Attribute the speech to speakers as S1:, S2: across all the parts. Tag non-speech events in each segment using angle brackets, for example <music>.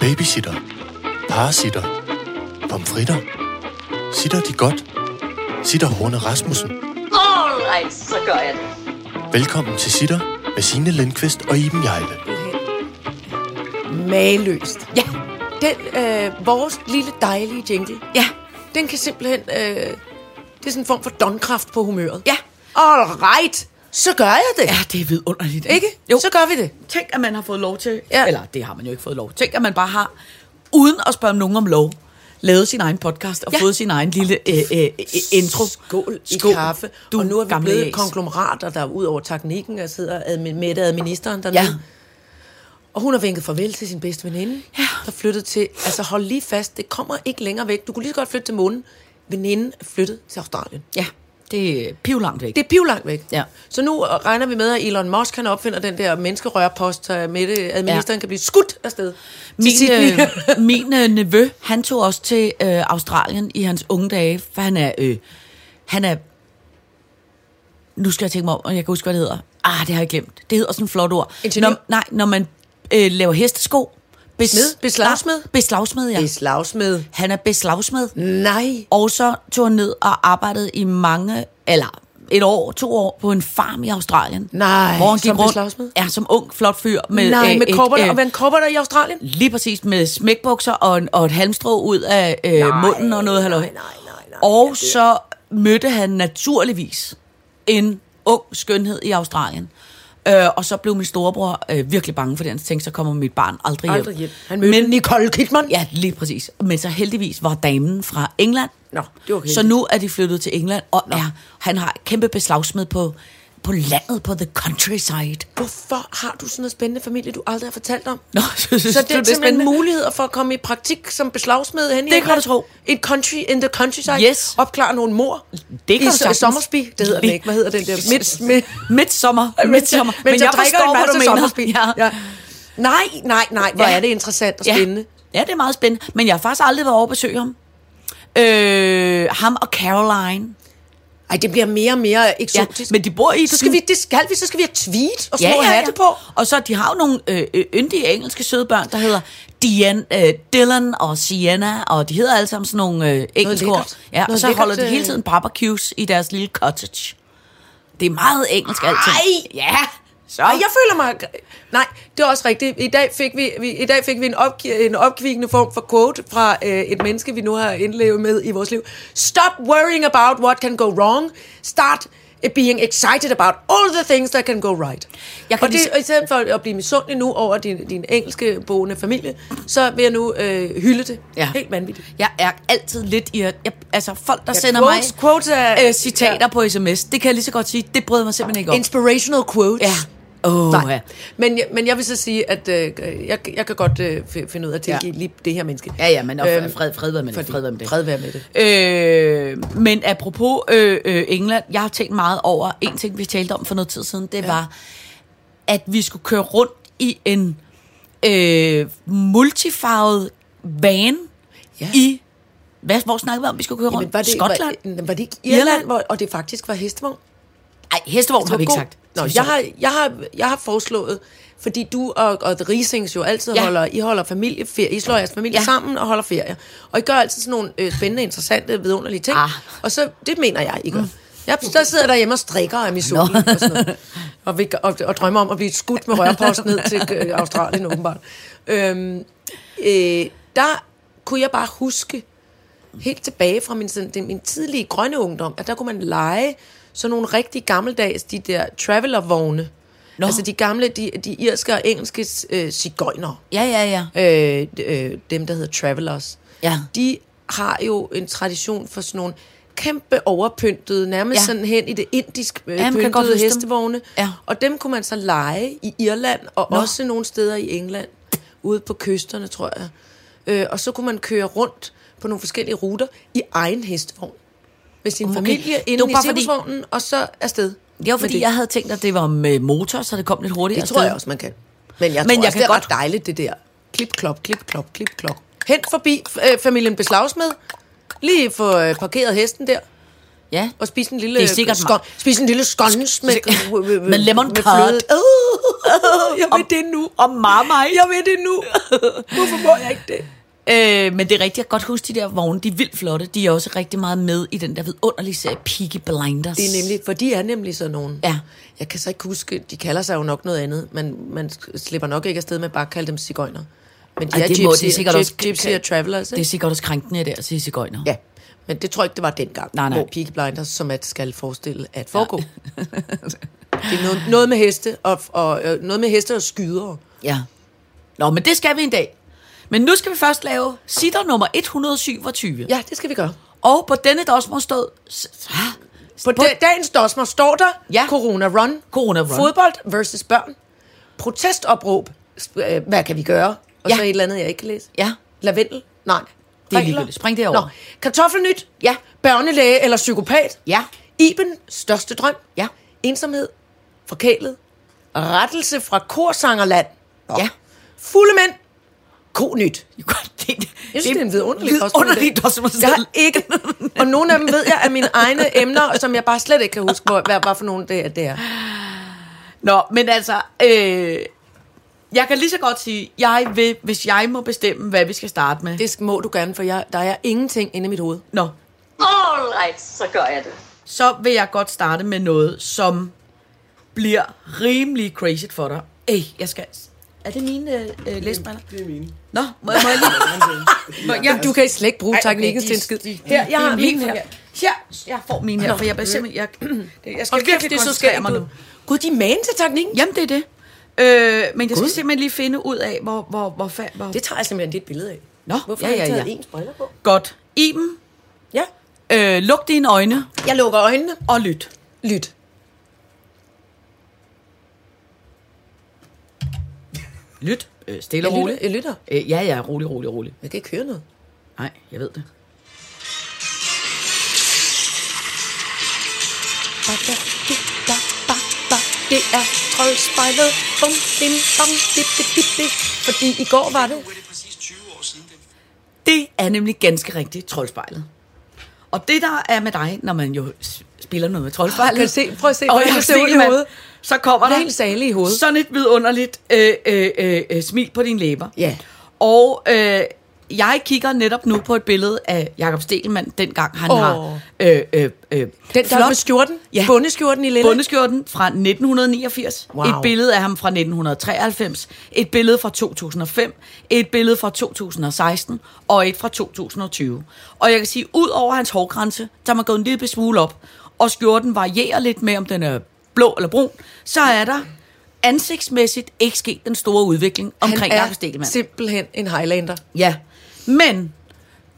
S1: Babysitter. Parasitter. Pomfritter. Sitter de godt? Sitter Horne Rasmussen.
S2: Alright, så gør jeg det.
S1: Velkommen til Sitter med Signe Lindqvist og Iben Jejle.
S3: Mageløst.
S4: Ja,
S3: Den, øh, vores lille dejlige jingle,
S4: ja,
S3: den kan simpelthen... Øh, det er sådan en form for donkraft på humøret.
S4: ja.
S3: All right, så gør jeg det.
S4: Ja, det er vidunderligt.
S3: Ikke?
S4: Jo.
S3: Så gør vi det.
S4: Tænk, at man har fået lov til,
S3: Ja.
S4: ja. eller det har man jo ikke fået lov, tænk, at man bare har, uden at spørge nogen om lov, lavet sin egen podcast og
S3: Ja.
S4: ja. fået sin egen lille øh, øh, øh, intro.
S3: Skål, i kaffe. Du, og nu er vi
S4: gamle
S3: blevet
S4: jas.
S3: et konglomerat, og der er ud over teknikken, og sidder admi- Mette administreren dernede.
S4: Ja.
S3: Ja. Og hun har vinket farvel til sin bedste veninde, ja. der flyttede til... Altså hold lige fast, det kommer ikke længere væk. Du kunne lige så godt flytte til månen. Veninden er flyttet til Australien.
S4: Ja, det er pivlangt væk.
S3: Det
S4: Det.
S3: er pivlangt væk.
S4: Ja.
S3: Så nu øh, regner vi med, at Elon Musk han opfinder den der menneskerørpost, så Mette, administreren ja. kan blive skudt afsted. Til
S4: Min,
S3: <laughs> Sydney.
S4: øh, min øh, nevø, han tog også til øh, Australien i hans unge dage, for han er, øh, han er, nu skal jeg tænke mig om, og jeg kan huske, hvad det hedder. Ah, det har jeg glemt. Det hedder sådan et flot ord.
S3: Ingeniør?
S4: nej, når man øh, laver hestesko. Bes,
S3: Smed? Beslagsmed?
S4: Nej, Beslagsmed, ja.
S3: Det er slagsmed.
S4: Han er beslagsmed.
S3: Nej.
S4: Og så tog han ned og arbejdede i mange, eller et år, to år, på en farm i Australien.
S3: Nej,
S4: hvor han gik
S3: som beslagsmed?
S4: rundt, Ja, som ung, flot fyr. Med,
S3: Nej,
S4: øh,
S3: med
S4: et,
S3: kobberne.
S4: øh,
S3: og hvad kobber der i Australien?
S4: Lige præcis med smækbukser og, en- og et halmstrå ud af øh, munden og noget halløj.
S3: nej, nej, nej,
S4: Og så mødte han naturligvis en ung skønhed i Australien. Øh, og så blev min storebror øh, virkelig bange for det. Han tænkte, så kommer mit barn aldrig,
S3: Aldrig hjem. Han mødte Men, Nicole Kidman.
S4: Ja, lige præcis. Men så heldigvis var damen fra England.
S3: Nå, det var heldigt.
S4: Så nu er de flyttet til England, og er, han har kæmpe beslagsmed på, på landet, på the countryside.
S3: Hvorfor har du sådan noget spændende familie, du aldrig har fortalt om?
S4: Nå, <laughs> så,
S3: Så det er simpelthen muligheder for at komme i praktik som beslagsmed hen i
S4: Det kan
S3: England?
S4: du tro.
S3: Et country in the countryside.
S4: Yes.
S3: Opklare nogle mor.
S4: Det kan
S3: I,
S4: du sagtens.
S3: Sommersby. Det hedder den ikke. Hvad hedder
S4: <laughs>
S3: den der? Midt, midt,
S4: Midtsommer. Midtsommer.
S3: Men, men jeg drikker
S4: forstår,
S3: en masse
S4: hvad du
S3: sommersby.
S4: mener. Ja.
S3: Ja. Nej, nej, nej. Hvor
S4: Ja.
S3: er det interessant og
S4: Ja.
S3: spændende.
S4: Ja, det er meget spændende. Men jeg har faktisk aldrig været over at besøge ham. Øh, ham og Caroline.
S3: Ej, det bliver mere og mere
S4: Ja,
S3: eksotisk.
S4: men de bor i...
S3: så skal vi, det skal vi, så skal vi have tweet og små
S4: ja, ja, ja.
S3: hatte på.
S4: Og så de har jo nogle øh, øh, yndige engelske søde børn, der hedder Dian, øh, Dylan og Sienna, og de hedder alle sammen sådan nogle øh, engelske ord.
S3: lækkert.
S4: Ja, og
S3: Noget
S4: så
S3: lækkert,
S4: holder de
S3: øh.
S4: hele tiden barbecues i deres lille cottage. Det er meget engelsk altid.
S3: Ej!
S4: Ja, så.
S3: Ej, jeg føler mig... Nej, det er også rigtigt. I dag fik vi, vi, i dag fik vi en, op, en opkvikkende form for quote fra øh, et menneske, vi nu har indlevet med i vores liv. Stop worrying about what can go wrong. Start eh, being excited about all the things that can go right.
S4: Jeg
S3: Jeg
S4: kan
S3: kan og, det,
S4: lige-
S3: og i stedet for at blive misundelig nu over din, din engelske boende familie, så vil jeg nu øh, hylde det.
S4: Ja.
S3: Helt vanvittigt.
S4: Jeg er altid lidt i... Jeg, altså, folk, der
S3: Ja,
S4: sender
S3: quotes-
S4: mig
S3: quotes er-
S4: øh, citater
S3: ja.
S4: på sms, det kan jeg lige så godt sige, det bryder jeg mig simpelthen ikke om.
S3: Inspirational quotes.
S4: Ja. Åh,
S3: Nej.
S4: ja.
S3: Men, jeg, men jeg vil så sige, at øh, jeg, jeg kan godt øh, fi- finde ud af at tilgive ja. lige det her menneske.
S4: Ja, ja, men og
S3: Øhm,
S4: fred, fred, være med det,
S3: fordi-
S4: fred være med det.
S3: Fred være med det.
S4: Øh, men apropos øh, øh, England, jeg har tænkt meget over en ting, vi talte om for noget tid siden, det ja. var, at vi skulle køre rundt i en øh, multifarvet van
S3: Ja.
S4: ja. i, hvad, hvor snakkede vi om, vi skulle køre rundt?
S3: Jamen, var det,
S4: Skotland?
S3: Var, var det ikke
S4: Irland?
S3: Irland, hvor, og det faktisk var hestevogn?
S4: Nej, hestevogn har vi ikke
S3: God.
S4: sagt.
S3: Nå, jeg har, jeg, har, jeg har foreslået, fordi du og, og The Riesings jo altid
S4: Ja.
S3: ja. holder, I holder familieferie, I slår jeres familie
S4: Ja.
S3: ja. sammen og holder ferie. Og I gør altid sådan nogle øh, spændende, interessante, vidunderlige ting.
S4: Ah.
S3: Ah. Og så, det mener jeg, I gør. Mm. Jeg så sidder jeg derhjemme og strikker af missouri og sådan noget. Og, vi, og, og drømmer om at blive skudt med rørpost ned til øh, Australien åbenbart. Øhm, øh, der kunne jeg bare huske, helt tilbage fra min, sådan, den- min tidlige grønne ungdom, at der kunne man lege sådan nogle rigtig gammeldags, de der travelervogne.
S4: Nå.
S3: No. Altså de gamle, de, de irske og engelske øh, cigøjner,
S4: Ja, ja, ja.
S3: øh, d- øh, dem der hedder travelers,
S4: Ja.
S3: de har jo en tradition for sådan nogle kæmpe overpyntede, nærmest
S4: Ja.
S3: ja. sådan hen i det indisk øh,
S4: Ja, man
S3: ja,
S4: kan godt
S3: pyntede
S4: huske dem.
S3: hestevogne.
S4: Ja.
S3: Og dem kunne man så lege i Irland, og
S4: Nå.
S3: Nå. også nogle steder i England, ude på kysterne, tror jeg. Øh, og så kunne man køre rundt på nogle forskellige ruter i egen hestevogn. Med sin
S4: Okay.
S3: okay. familie
S4: Det var
S3: inde i
S4: bare fordi-
S3: cirkusvognen, og så afsted.
S4: Det var
S3: med
S4: fordi, jeg havde tænkt, at det var med motor, så det kom lidt hurtigere.
S3: Det tror jeg
S4: afsted.
S3: også, man kan. Men jeg
S4: Men
S3: Men tror
S4: jeg
S3: jeg også,
S4: kan
S3: det er
S4: godt-
S3: ret dejligt, det der. Klip, klop, klip, klop, klip, klop. Hent forbi øh, familien Beslagsmed. Lige få øh, parkeret hesten der.
S4: Ja.
S3: Og spise en lille,
S4: Det er sikkert
S3: skon, spise en lille skons med,
S4: Med lemon curd.
S3: fløde. Øh, <laughs> jeg ved det nu.
S4: Og marmite.
S3: Jeg ved det nu. Hvorfor må jeg ikke det?
S4: <laughs> Øh, men det er rigtigt, jeg kan godt huske de der vogne, de er vildt flotte. De er også rigtig meget med i den der vidunderlige serie Peaky Blinders.
S3: Det er nemlig, for de er nemlig sådan nogen.
S4: Ja.
S3: Jeg kan så ikke huske, de kalder sig jo nok noget andet, men man slipper nok ikke afsted med bare at kalde dem cigøjner. Men de
S4: Ej,
S3: er
S4: det må-
S3: gypsy,
S4: det er sikkert
S3: gyp-
S4: også-
S3: gypsy og travelers,
S4: Det er
S3: ikke?
S4: sikkert også krænkende der, siger cigøjner.
S3: Ja, men det tror jeg ikke, det var dengang,
S4: Nej, nej.
S3: hvor Peaky Blinders, som at skal forestille at foregå. det er noget, noget med heste og, og, øh, noget med heste og skyder.
S4: ja. Nå, men det skal vi en dag. Men nu skal vi først lave sitter nummer 127.
S3: Ja, det skal vi gøre.
S4: Og på denne dosmer stod... s- ah,
S3: På, på dagens dosmer står der
S4: Ja.
S3: Corona Run.
S4: Corona Run.
S3: Fodbold versus børn. Protestopråb. Sp- øh, Hvad kan vi gøre? Og
S4: Ja.
S3: ja. så et eller andet, jeg ikke kan læse.
S4: Ja.
S3: Lavendel? Nej.
S4: Det er
S3: Regler?
S4: ligegyldigt. Spring derover.
S3: Nå. Kartoffelnyt?
S4: Ja.
S3: Børnelæge eller psykopat?
S4: Ja.
S3: Iben? Største drøm?
S4: Ja.
S3: Ensomhed? Forkælet? Rettelse fra korsangerland? Nå.
S4: Ja.
S3: Fulde mænd? Konyt.
S4: <laughs> Godt, det,
S3: Jeg synes, det er en vidunderlig
S4: vidunderlig dosmer.
S3: dosmerseddel. Jeg har ikke... Og nogle af dem ved jeg er mine egne emner, som jeg bare slet ikke kan huske, hvor, hvad, hvad for nogle det er. Det er.
S4: Nå, men altså, øh, jeg kan lige så godt sige, jeg vil, hvis jeg må bestemme, hvad vi skal starte med.
S3: Det må du gerne, for jeg, der er ingenting inde i mit hoved.
S4: Nå,
S2: All right, så gør jeg det.
S4: så vil jeg godt starte med noget, som bliver rimelig crazy for dig. Ej, jeg skal... Er det mine øh, øh, læsbriller?
S5: Det er mine. Altså,
S4: Nå, må jeg, må jeg lige...
S5: <laughs>
S4: Nå, jeg,
S3: Du kan slet ikke bruge
S4: Ej, okay,
S3: teknikken
S4: de-
S3: til en skid.
S4: de- Her, jeg har
S3: Det er
S4: min her. Her, jeg får min her, for jeg bliver simpelthen... Jeg, jeg skal virkelig
S3: det er så
S4: koncentrere
S3: skægt
S4: mig
S3: ud.
S4: nu.
S3: Gud, de er magen til teknikken.
S4: Jamen, det er det. Øh, men jeg skal simpelthen lige finde ud af, hvor... hvor, hvor, fa- hvor
S3: Det tager jeg simpelthen dit billede af.
S4: Nå,
S3: Hvorfor har
S4: ja, ja,
S3: jeg
S4: ja.
S3: taget ens briller på?
S4: Godt. Iben,
S3: Ja.
S4: øh, luk dine øjne
S3: Jeg lukker øjnene.
S4: og lyt.
S3: Lyt.
S4: Lyt. Øh, stille
S3: Jeg
S4: og
S3: lytter.
S4: roligt.
S3: Jeg lytter.
S4: Øh, ja, ja, rolig, rolig, rolig.
S3: Jeg kan ikke høre noget.
S4: Nej, jeg ved det.
S3: Det er troldspejlet. Bum, bim, bam, dip, dip, dip, dip. Fordi i går var det...
S4: Det er nemlig ganske rigtigt troldspejlet. Og det, der er med dig, når man jo s- spiller noget med troldspejlet...
S3: Kan du se- prøv at se,
S4: og
S3: hvordan
S4: Ah,
S3: det
S4: jeg kan
S3: ser
S4: se,
S3: ud i
S4: mand,
S3: hovedet.
S4: Så kommer
S3: Det er
S4: der
S3: helt salig i hovedet.
S4: sådan et vidunderligt øh, øh, øh, øh, smil på dine læber.
S3: Ja.
S4: Og øh, jeg kigger netop nu på et billede af Jakob Stelmann, dengang han
S3: Åh.
S4: har... Øh, øh, øh,
S3: Den der
S4: flot-
S3: med skjorten.
S4: Ja.
S3: Bundeskjorten i lille.
S4: Bundeskjorten fra 1989,
S3: Wow.
S4: et billede af ham fra 1993, et billede fra 2005, et billede fra 2016 og et fra 2020. Og jeg kan sige, ud over hans hårgrænse, der er man gået en lille smule op, og skjorten varierer lidt med, om den er blå eller brun, så er der ansigtsmæssigt ikke sket den store udvikling omkring Jakob
S3: Han er
S4: Stegelmann.
S3: simpelthen en highlander.
S4: Ja, men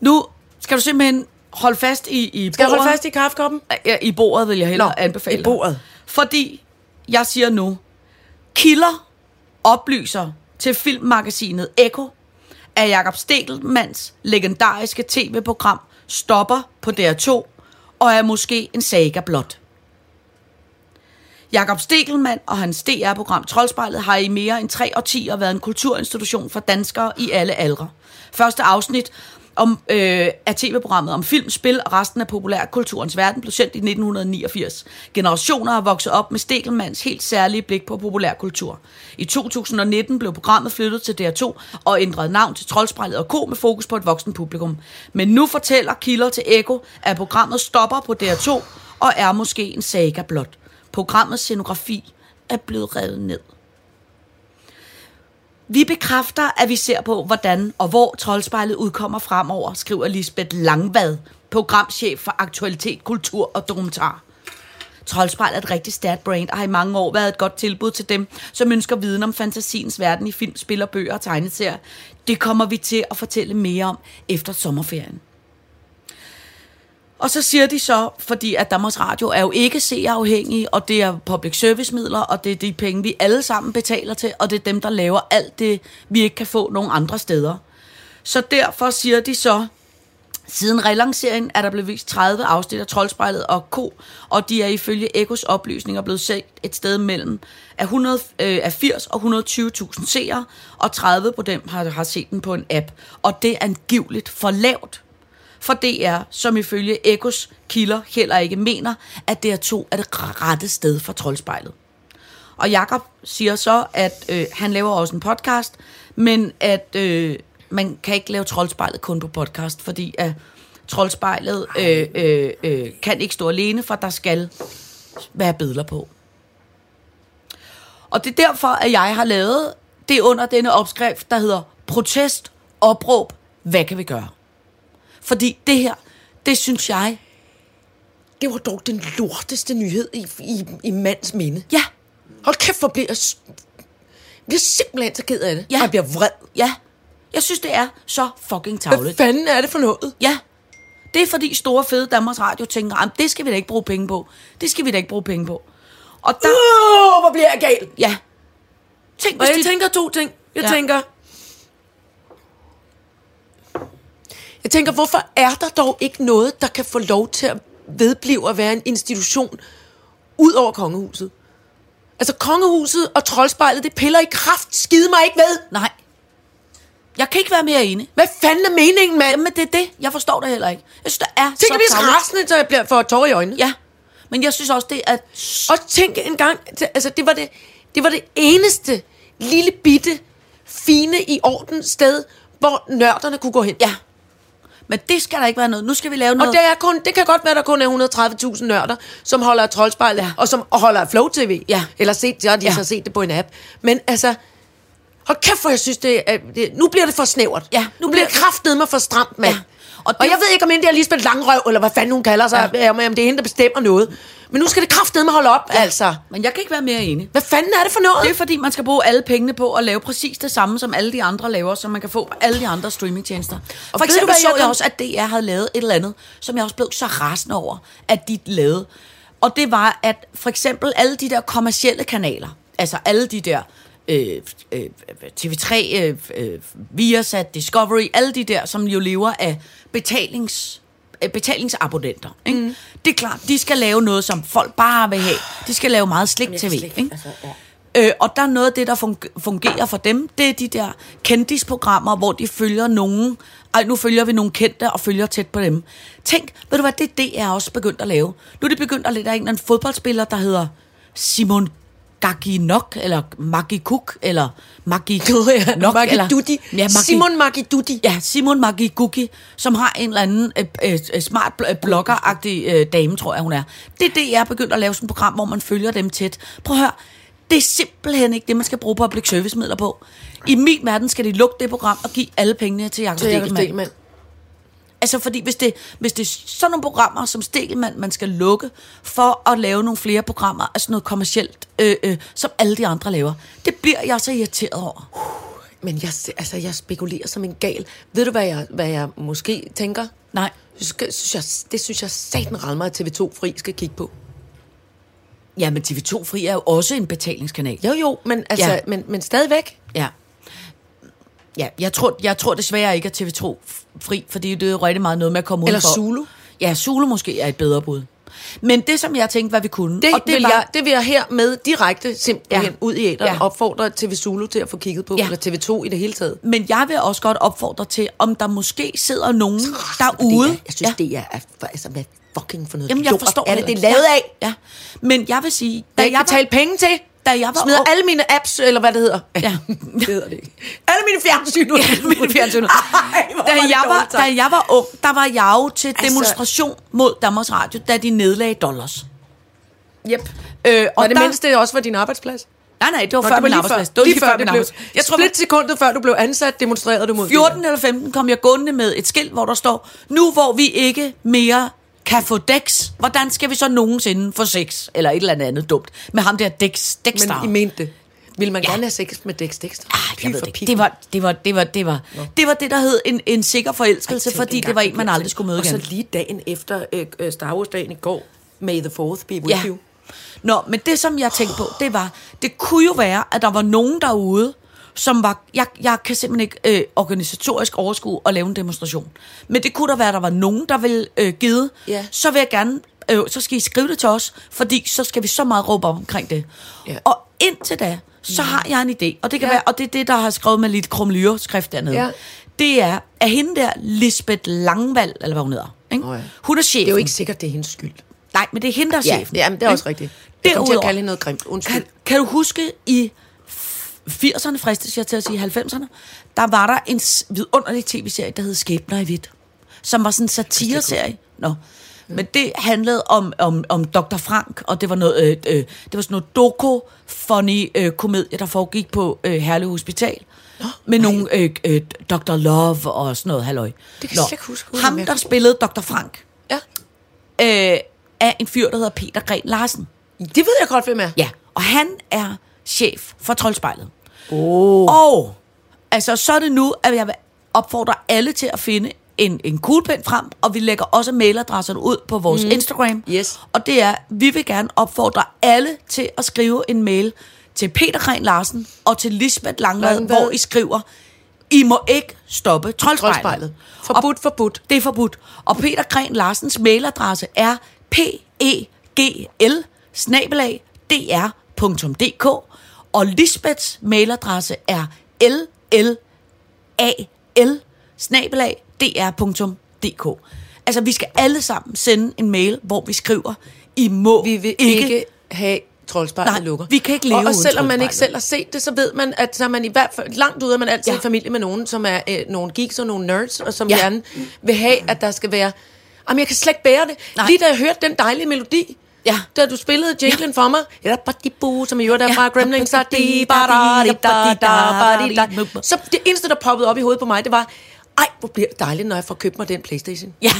S4: nu skal du simpelthen holde fast i, i
S3: Skal jeg holde
S4: bordet.
S3: fast i kaffekoppen?
S4: Ja, i bordet vil jeg hellere
S3: Nå,
S4: anbefale.
S3: i bordet.
S4: Fordi jeg siger nu, kilder oplyser til filmmagasinet Eko, at Jakob Stegelmanns legendariske tv-program stopper på DR2 og er måske en saga blot. Jakob Stegelmann og hans DR-program Troldspejlet har i mere end tre årtier været en kulturinstitution for danskere i alle aldre. Første afsnit om, øh, af tv-programmet om film, spil og resten af populærkulturens verden blev sendt i 1989. Generationer har vokset op med Stegelmanns helt særlige blik på populærkultur. I 2019 blev programmet flyttet til DR2 og ændret navn til Troldspejlet og K med fokus på et voksen publikum. Men nu fortæller kilder til Eko, at programmet stopper på DR2 og er måske en saga blot. Programmets scenografi er blevet revet ned. Vi bekræfter, at vi ser på, hvordan og hvor troldspejlet udkommer fremover, skriver Lisbeth Langvad, programchef for Aktualitet, Kultur og Dokumentar. Troldspejl er et rigtig stærkt brand og har i mange år været et godt tilbud til dem, som ønsker viden om fantasiens verden i film, spil og bøger og tegneserier. Det kommer vi til at fortælle mere om efter sommerferien. Og så siger de så, fordi at Danmarks Radio er jo ikke seerafhængige, og det er public service midler, og det er de penge, vi alle sammen betaler til, og det er dem, der laver alt det, vi ikke kan få nogen andre steder. Så derfor siger de så, Siden relanceringen er der blevet vist 30 afsnit af Troldspejlet og Ko, og de er ifølge Ekos oplysninger blevet set et sted mellem af, 100, øh, af 80 og 120.000 seere, og 30 på dem har, har set den på en app. Og det er angiveligt for lavt. for DR, som ifølge Ekos kilder heller ikke mener, at DR2 er det rette sted for troldspejlet. Og Jakob siger så, at øh, han laver også en podcast, men at øh, man kan ikke lave troldspejlet kun på podcast, fordi at troldspejlet øh, øh, øh, kan ikke stå alene, for der skal være billeder på. Og det er derfor, at jeg har lavet det under denne opskrift, der hedder protest, opråb, hvad kan vi gøre? Fordi det her, det synes jeg,
S3: Det var dog den lorteste nyhed i, i, i mands minde.
S4: ja,
S3: Hold kæft, hvor bliver jeg... s- Jeg bliver simpelthen så ked af det.
S4: Ja.
S3: Og jeg bliver vred.
S4: ja, jeg synes, det er så fucking
S3: Hvad
S4: tavligt.
S3: fanden er det for noget?
S4: Ja, det er fordi store fede Danmarks Radio tænker, "Jamen, det skal vi da ikke bruge penge på. Det skal vi da ikke bruge penge på. Og der,
S3: Åh, hvor bliver jeg gal.
S4: ja, tænk
S3: Og
S4: hvis
S3: jeg
S4: de,
S3: tænker to ting. Jeg
S4: Ja.
S3: ja. tænker... Jeg tænker, hvorfor er der dog ikke noget, der kan få lov til at vedblive at være en institution ud over kongehuset? Altså, kongehuset og troldspejlet, det piller i kraft. Skide mig ikke ved.
S4: nej, jeg kan ikke være mere enig.
S3: Hvad fanden er meningen, mand?
S4: Jamen, det er det. Jeg forstår det heller ikke. Jeg synes, det er
S3: Tænk
S4: så
S3: at blive så
S4: tarveligt.
S3: rasende, så jeg bliver for tårer i øjnene.
S4: Ja, men jeg synes også, det er...
S3: Og tænk en gang, t- altså det var det, det var det eneste lille bitte, fine i orden sted, hvor nørderne kunne gå hen.
S4: Ja. Men det skal der ikke være noget. Nu skal vi lave
S3: Og
S4: noget...
S3: det, er kun, det kan godt være, der kun er 130.000 nørder, som holder af troldspejlet, ja. og som og holder af Flow TV.
S4: Ja.
S3: Eller set, ja, de
S4: Ja.
S3: ja. så set det på en app. Men altså, hold kæft, for jeg synes, det, er, det nu bliver det for snævert.
S4: Ja.
S3: Nu bliver det kraftedeme for stramt, mand.
S4: Ja.
S3: Ja.
S4: Og
S3: Og,
S4: det-
S3: og, jeg ved ikke, om hende der Lisbeth Langrøv, eller hvad fanden hun kalder sig, ja. om, om det er hende, der bestemmer noget. Men nu skal det kraftedeme holde op, ja. altså.
S4: Men jeg kan ikke være mere enig.
S3: Hvad fanden er det for noget?
S4: Det er fordi, man skal bruge alle pengene på at lave præcis det samme, som alle de andre laver, som man kan få på alle de andre streamingtjenester. Og
S3: ved
S4: for
S3: du,
S4: eksempel
S3: hvad
S4: så
S3: jeg
S4: jeg
S3: kom-
S4: også, at DR havde lavet et eller andet, som jeg også blev så rasende over, at de lavede. Og det var, at for eksempel alle de der kommercielle kanaler, altså alle de der øh, øh, TV3, øh, øh, Viasat, Discovery, alle de der, som jo lever af betalings øh, betalingsabonnenter. Ikke? Mm. Det er klart, de skal lave noget, som folk bare vil have. De skal lave meget slik tv. Ikke? Altså, ja. øh, og der er noget af det, der fung- fungerer for dem, det er de der kendisprogrammer, hvor de følger nogen. Ej, nu følger vi nogle kendte og følger tæt på dem. Tænk, ved du hvad, det er DR også begyndt at lave. Nu er det begyndt at lave, der er en eller anden fodboldspiller, der hedder Simon Gaginok, eller Maggi Cook, eller Maggi Nok, eller-
S3: Magidudi.
S4: Ja, Maggi
S3: Simon Magidudi.
S4: Ja, Simon Maggi Gucci, som har en eller anden øh, øh, øh, smart bl- øh, bloggeragtig øh, dame, tror jeg hun er. Det er det, jeg er begyndt at lave sådan et program, hvor man følger dem tæt. Prøv at høre, det er simpelthen ikke det, man skal bruge public service midler på. I min verden skal de lukke det program og give alle pengene til Jakob Stegelmann.
S3: Stegelmann.
S4: Altså fordi, hvis det, hvis det er sådan nogle programmer som Stegelmann, man skal lukke for at lave nogle flere programmer, altså noget kommercielt, øh, øh, som alle de andre laver. Det bliver jeg så irriteret over.
S3: Men jeg, se- altså, jeg spekulerer som en gal. Ved du, hvad jeg, hvad jeg måske tænker?
S4: Nej.
S3: Det skal- Synes jeg, det synes jeg satan rammer, at TV2 Fri skal kigge på.
S4: Ja, men TV2 Fri er jo også en betalingskanal.
S3: Jo, jo, men, altså,
S4: Ja.
S3: ja. men, men stadigvæk.
S4: Ja. Ja, jeg tror, jeg tror desværre ikke, at TV2 f- fri, fordi det er jo rigtig meget noget med at komme
S3: Eller
S4: udenfor.
S3: Zulu.
S4: Ja, Zulu måske er et bedre bud. Men det, som jeg tænkte, hvad vi kunne...
S3: Det,
S4: og det
S3: vil
S4: var,
S3: jeg, det vil jeg her med direkte simpelthen
S4: Ja.
S3: ja. ud i æderen
S4: Ja.
S3: ja. opfordre TV Zulu til at få kigget på,
S4: Ja.
S3: ja. eller TV2 i det hele taget.
S4: Men jeg vil også godt opfordre til, om der måske sidder nogen
S3: Ude.
S4: derude...
S3: Det er, jeg synes, ja. det er, er for, altså, hvad fucking for noget
S4: Jamen, jeg
S3: lort
S4: forstår
S3: er det, det er
S4: ikke.
S3: lavet af?
S4: Ja, ja. Men jeg vil sige...
S3: Da jeg
S4: var-
S3: betalte penge til,
S4: Da jeg var
S3: smider
S4: ung-
S3: alle mine apps, eller hvad det hedder.
S4: Ja.
S3: det hedder det ikke. <laughs> Alle mine fjernsyn ud. Alle
S4: mine
S3: <laughs>
S4: fjernsyn ud. da, jeg var, da jeg var ung, der var jeg jo til altså,
S3: Altså-
S4: demonstration mod Danmarks Radio, da de nedlagde dollars.
S3: Yep.
S4: Øh,
S3: Og var det
S4: der-
S3: mindst det også var din arbejdsplads?
S4: Nej, nej, det var
S3: Nå,
S4: før
S3: det var
S4: min
S3: lige før,
S4: arbejdsplads. Det var lige før min
S3: det blev,
S4: arbejdsplads.
S3: jeg tror, Split sekundet før du blev ansat, demonstrerede du mod det.
S4: 14 eller 15 kom jeg gående med et skilt, hvor der står, nu hvor vi ikke mere kan få Dex, hvordan skal vi så nogensinde få sex? Eller et eller andet andet dumt. Med ham der Dex, Dexter.
S3: Men I mente det. Ville man
S4: Ja.
S3: ja. gerne have sex med Dex Dexter?
S4: Ah,
S3: Fy
S4: jeg ved
S3: for
S4: det ikke.
S3: pip.
S4: Det var det, var, det, var, det, var, det var det, der hed en, en sikker forelskelse,
S3: Tænk
S4: fordi
S3: engang,
S4: det var en,
S3: jeg
S4: man
S3: bliver
S4: aldrig
S3: til.
S4: skulle møde igen.
S3: Og så lige dagen efter øh, øh, Star Wars-dagen i går, May the 4th be with
S4: ja.
S3: you.
S4: Nå, men det som jeg tænkte på, det var, det kunne jo være, at der var nogen derude, som var, jeg, jeg kan simpelthen ikke øh, organisatorisk overskue at lave en demonstration. Men det kunne da være, der var nogen, der ville øh, give.
S3: Ja.
S4: Så vil jeg gerne, øh, så skal I skrive det til os, fordi så skal vi så meget råbe op omkring det.
S3: Ja. Mm.
S4: Og indtil da, så har jeg en idé. Og det kan ja. være, og det er det, der har skrevet med lidt krumlyre skrift dernede.
S3: Ja.
S4: Ja. Det er, at hende der, Lisbeth Langvald, eller hvad hun hedder, ikke?
S3: Nå ja.
S4: hun er chefen.
S3: Det er jo ikke sikkert, det er hendes skyld.
S4: Nej, men det er hende, der er
S3: Ja,
S4: chefen.
S3: jamen, det er også
S4: ikke?
S3: rigtigt. Jeg kom til at
S4: Derudover,
S3: kalde hende noget grimt. Undskyld.
S4: kan, kan du huske i f- 80'erne, fristes jeg til at sige 90'erne, der var der en s- vidunderlig tv-serie, der hed Skæbner i hvidt, som var sådan en satireserie. Nå. Men det handlede om, om, om Dr. Frank, og det var, noget, øh, øh, det var sådan noget doko-funny øh, komedie, der foregik på øh, Herlev Hospital. Nå, med nogle øh, øh, Dr. Love og sådan noget, halløj.
S3: Det kan jeg
S4: Nå.
S3: slet ikke huske, uden at
S4: Ham,
S3: mærke
S4: der
S3: det.
S4: spillede Dr. Frank,
S3: Ja.
S4: øh, er en fyr, der hedder Peter Gren Larsen.
S3: Det ved jeg godt, hvem er.
S4: Ja, og han er chef for Troldspejlet. Oh. Og altså, så er det nu, at jeg vil opfordre alle til at finde en, en kuglepen frem, og vi lægger også mailadresserne ud på vores mm. Instagram.
S3: Mhm. Yes.
S4: Og det er, vi vil gerne opfordre alle til at skrive en mail til Peter Kren Larsen og til Lisbeth Langvad,
S3: Langvad.
S4: hvor I skriver, I må ikke stoppe Troldspejlet.
S3: Troldspejlet. Forbudt,
S4: og,
S3: forbudt.
S4: Det er forbudt. Og Peter Kren Larsens mailadresse er E pegl snabelag dr.dk og Lisbeths mailadresse er ll snabelag dr.dk. Altså, vi skal alle sammen sende en mail, hvor vi skriver, I må
S3: Vi vil ikke, ikke have troldspejlet
S4: Nej,
S3: lukker.
S4: vi kan ikke leve
S3: og, og
S4: uden
S3: selvom man ikke
S4: Troldspejlet.
S3: selv har set det, så ved man, at så er man i hvert fald langt ude, at man altid ja.
S4: Ja.
S3: i familie med nogen, som er øh, nogle geeks og nogle nerds, og som ja.
S4: Ja.
S3: gerne vil have, at der skal være... Jamen, jeg kan slet ikke bære det. Nej.
S4: Nej.
S3: Lige da jeg hørte den dejlige melodi,
S4: Ja.
S3: da du spillede jinglen ja. for mig, ja, badibu, som jeg gjorde der
S4: Ja.
S3: fra Gremlings, så di, ba, da, di, da, da, ba, di, da. så det eneste, der poppede op i hovedet på mig, det var, ej, hvor bliver det dejligt, når jeg får købt mig den Playstation
S4: Ja.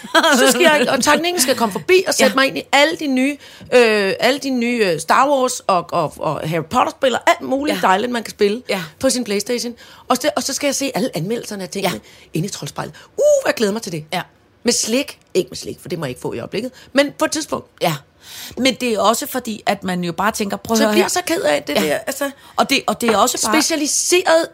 S3: <laughs> så skal jeg, og teknikken skal komme forbi og sætte ja. mig
S4: Ja.
S3: ind i alle de nye, øh, alle de nye øh, Star Wars og, og, og Harry Potter spiller, alt muligt ja.
S4: Ja.
S3: dejligt, man kan spille ja.
S4: Ja.
S3: på sin Playstation. Og så, og så skal jeg se alle anmeldelserne af tingene ja.
S4: Ja.
S3: inde i troldspejlet. Uh, jeg glæder mig til det.
S4: Ja.
S3: Med slik. Ikke med slik, for det må jeg ikke få i øjeblikket. Men på et tidspunkt.
S4: Ja. Men det er også fordi, at man jo bare tænker, prøv at
S3: Så
S4: høre
S3: jeg bliver
S4: her.
S3: så ked af det ja.
S4: Ja.
S3: der. Altså,
S4: Og det, og det er også bare...
S3: specialiserede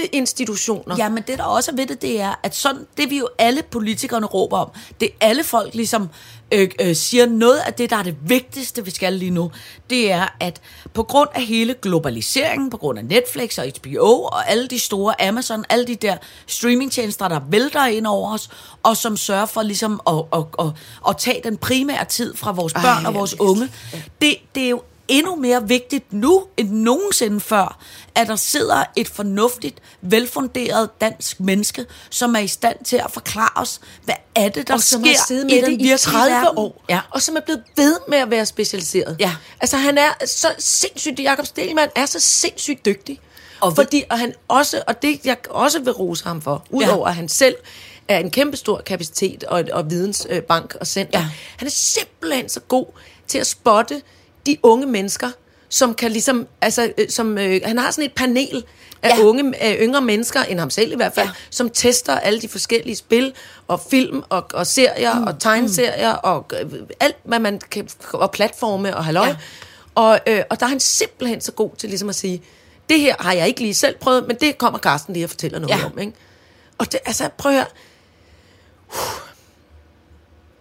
S3: nørdeinstitutioner.
S4: Ja, men det der også er ved det, det er, at sådan, det vi jo alle politikerne råber om, det er alle folk ligesom øh, øh, siger noget af det, der er det vigtigste, vi skal lige nu, det er, at på grund af hele globaliseringen, på grund af Netflix og HBO og alle de store Amazon, alle de der streamingtjenester, der vælter ind over os, og som sørger for ligesom at, at, at, at tage den primære tid fra vores
S3: Ej,
S4: børn og vores
S3: jeg
S4: unge, det, det er jo endnu mere vigtigt nu end nogensinde før, at der sidder et fornuftigt, velfunderet dansk menneske, som er i stand til at forklare os, hvad er det, der
S3: og
S4: sker
S3: som har siddet med
S4: i den
S3: det i
S4: virkelige
S3: 30
S4: verden.
S3: år,
S4: Ja.
S3: og som er blevet ved med at være specialiseret.
S4: Ja.
S3: Altså han er så sindssygt, Jakob Stelman er så sindssygt dygtig, og
S4: Og
S3: fordi og han også, og det jeg også vil rose ham for, udover
S4: Ja.
S3: at han selv er en kæmpestor kapacitet og, og vidensbank og center. Ja.
S4: Ja.
S3: Han er simpelthen så god til at spotte de unge mennesker, som kan ligesom, altså, øh, som, øh, han har sådan et panel af ja.
S4: Ja.
S3: unge, øh, yngre mennesker, end ham selv i hvert fald, ja.
S4: Ja.
S3: som tester alle de forskellige spil og film og, og serier mm. og tegneserier og øh, alt, hvad man kan, og platforme og halløj. Ja.
S4: Ja.
S3: Og, øh, og der er han simpelthen så god til ligesom at sige, det her har jeg ikke lige selv prøvet, men det kommer Carsten lige og fortæller noget ja.
S4: Ja.
S3: om. Ikke? Og det, altså, prøv at høre.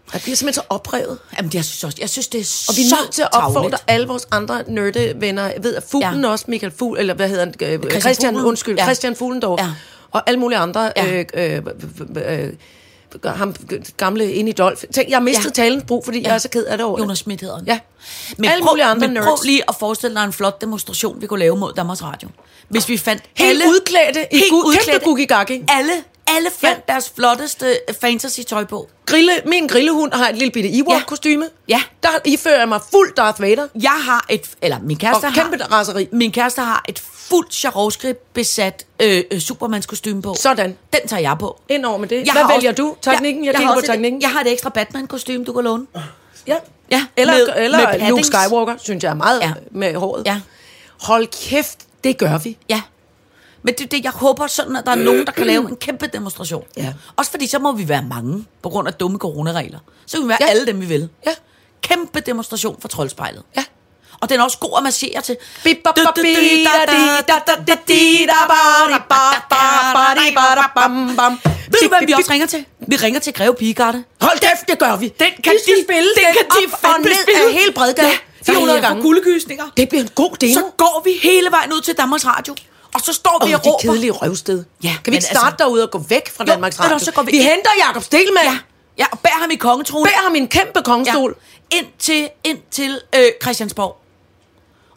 S3: Uh, jeg bliver simpelthen så oprevet.
S4: Jamen, det, jeg synes også, jeg synes, det er
S3: Og vi
S4: så
S3: er nødt til at opfordre
S4: tavligt.
S3: alle vores andre nørdevenner. Jeg ved, at Fuglen ja.
S4: Ja.
S3: også, Michael Fugl, eller hvad hedder han? Øh, Christian, Christian
S4: Fuglen.
S3: undskyld, ja.
S4: Ja.
S3: Christian Fuglendorf. Ja.
S4: Ja.
S3: Og alle mulige andre. Ja.
S4: Ja.
S3: Øh, øh, øh, øh, ham gamle inde i Dolf. Tænk, jeg har mistet ja.
S4: Ja.
S3: talens brug, fordi ja. jeg er så ked af det over. det.
S4: Jonas Schmidt hedder han.
S3: Ja.
S4: Men
S3: Alle
S4: prøv,
S3: mulige andre
S4: men
S3: nerds.
S4: prøv lige at forestille dig en flot demonstration, vi kunne lave mod Danmarks Radio. Hvis vi fandt
S3: Helt
S4: alle...
S3: udklædte i
S4: Helt
S3: gu- kæmpe
S4: udklædte.
S3: gugigaki.
S4: Alle, alle fandt ja. deres flotteste fantasy-tøj på.
S3: Grille, min grillehund har et lille bitte Ewok-kostyme.
S4: Ja.
S3: Der ifører jeg mig fuld Darth Vader.
S4: jeg har et, eller min kæreste
S3: Og
S4: Altså, har,
S3: kæmpe raseri.
S4: Min kæreste har et fuldt Swarovski besat øh, øh, Supermans kostume på.
S3: Sådan.
S4: Den tager jeg på.
S3: Ind over med det.
S4: Jeg
S3: Hvad
S4: har
S3: vælger du? Teknikken? Jeg
S4: har
S3: kigger på
S4: også et-
S3: teknikken.
S4: Jeg har et ekstra Batman kostume du kan låne.
S3: Ja.
S4: Ja,
S3: Eller, med,
S4: med- med
S3: eller Luke
S4: paddings.
S3: Skywalker, synes jeg er meget ja.
S4: Ja.
S3: med håret.
S4: Ja.
S3: Hold kæft, det gør vi.
S4: Ja. Men det er det, jeg håber sådan, at der er nogen, der kan lave en kæmpe demonstration.
S3: Ja.
S4: Også fordi så må vi være mange, på grund af dumme coronaregler. Så kan vi være
S3: Ja.
S4: ja. alle dem, vi vil.
S3: Ja.
S4: Kæmpe demonstration for troldspejlet.
S3: Ja.
S4: Og den er også god at marchere til.
S3: Bip, bop, bop, bi, da, di, da, da, da, di, da, ba, di, ba, ba, ba, di, ba, da, bam, bam.
S4: Ved du, hvem vi også ringer til? Vi ringer til Greve Pigegarde.
S3: Hold kæft, det gør vi.
S4: Den kan
S3: vi skal
S4: de-
S3: spille
S4: den kan
S3: op
S4: de
S3: og
S4: fandme
S3: ned
S4: spille.
S3: af hele Bredgade.
S4: Ja. 400
S3: 400
S4: gange.
S3: gange.
S4: guldegysninger.
S3: Det bliver en god demo.
S4: Så går vi hele vejen ud til Danmarks Radio, og så står vi
S3: Åh,
S4: og
S3: det
S4: råber.
S3: kedelige røvsted.
S4: Ja,
S3: kan
S4: men
S3: vi ikke starte
S4: altså-
S3: derude og gå væk fra
S4: Jo,
S3: Danmarks
S4: ved du,
S3: Radio?
S4: så går vi
S3: vi
S4: ind.
S3: henter Jakob Stelmann.
S4: Ja,
S3: Ja.
S4: ja, og bærer ham i kongetronen.
S3: Bær ham i en kæmpe kongestol.
S4: Ja. Ind til, ind til øh, Christiansborg.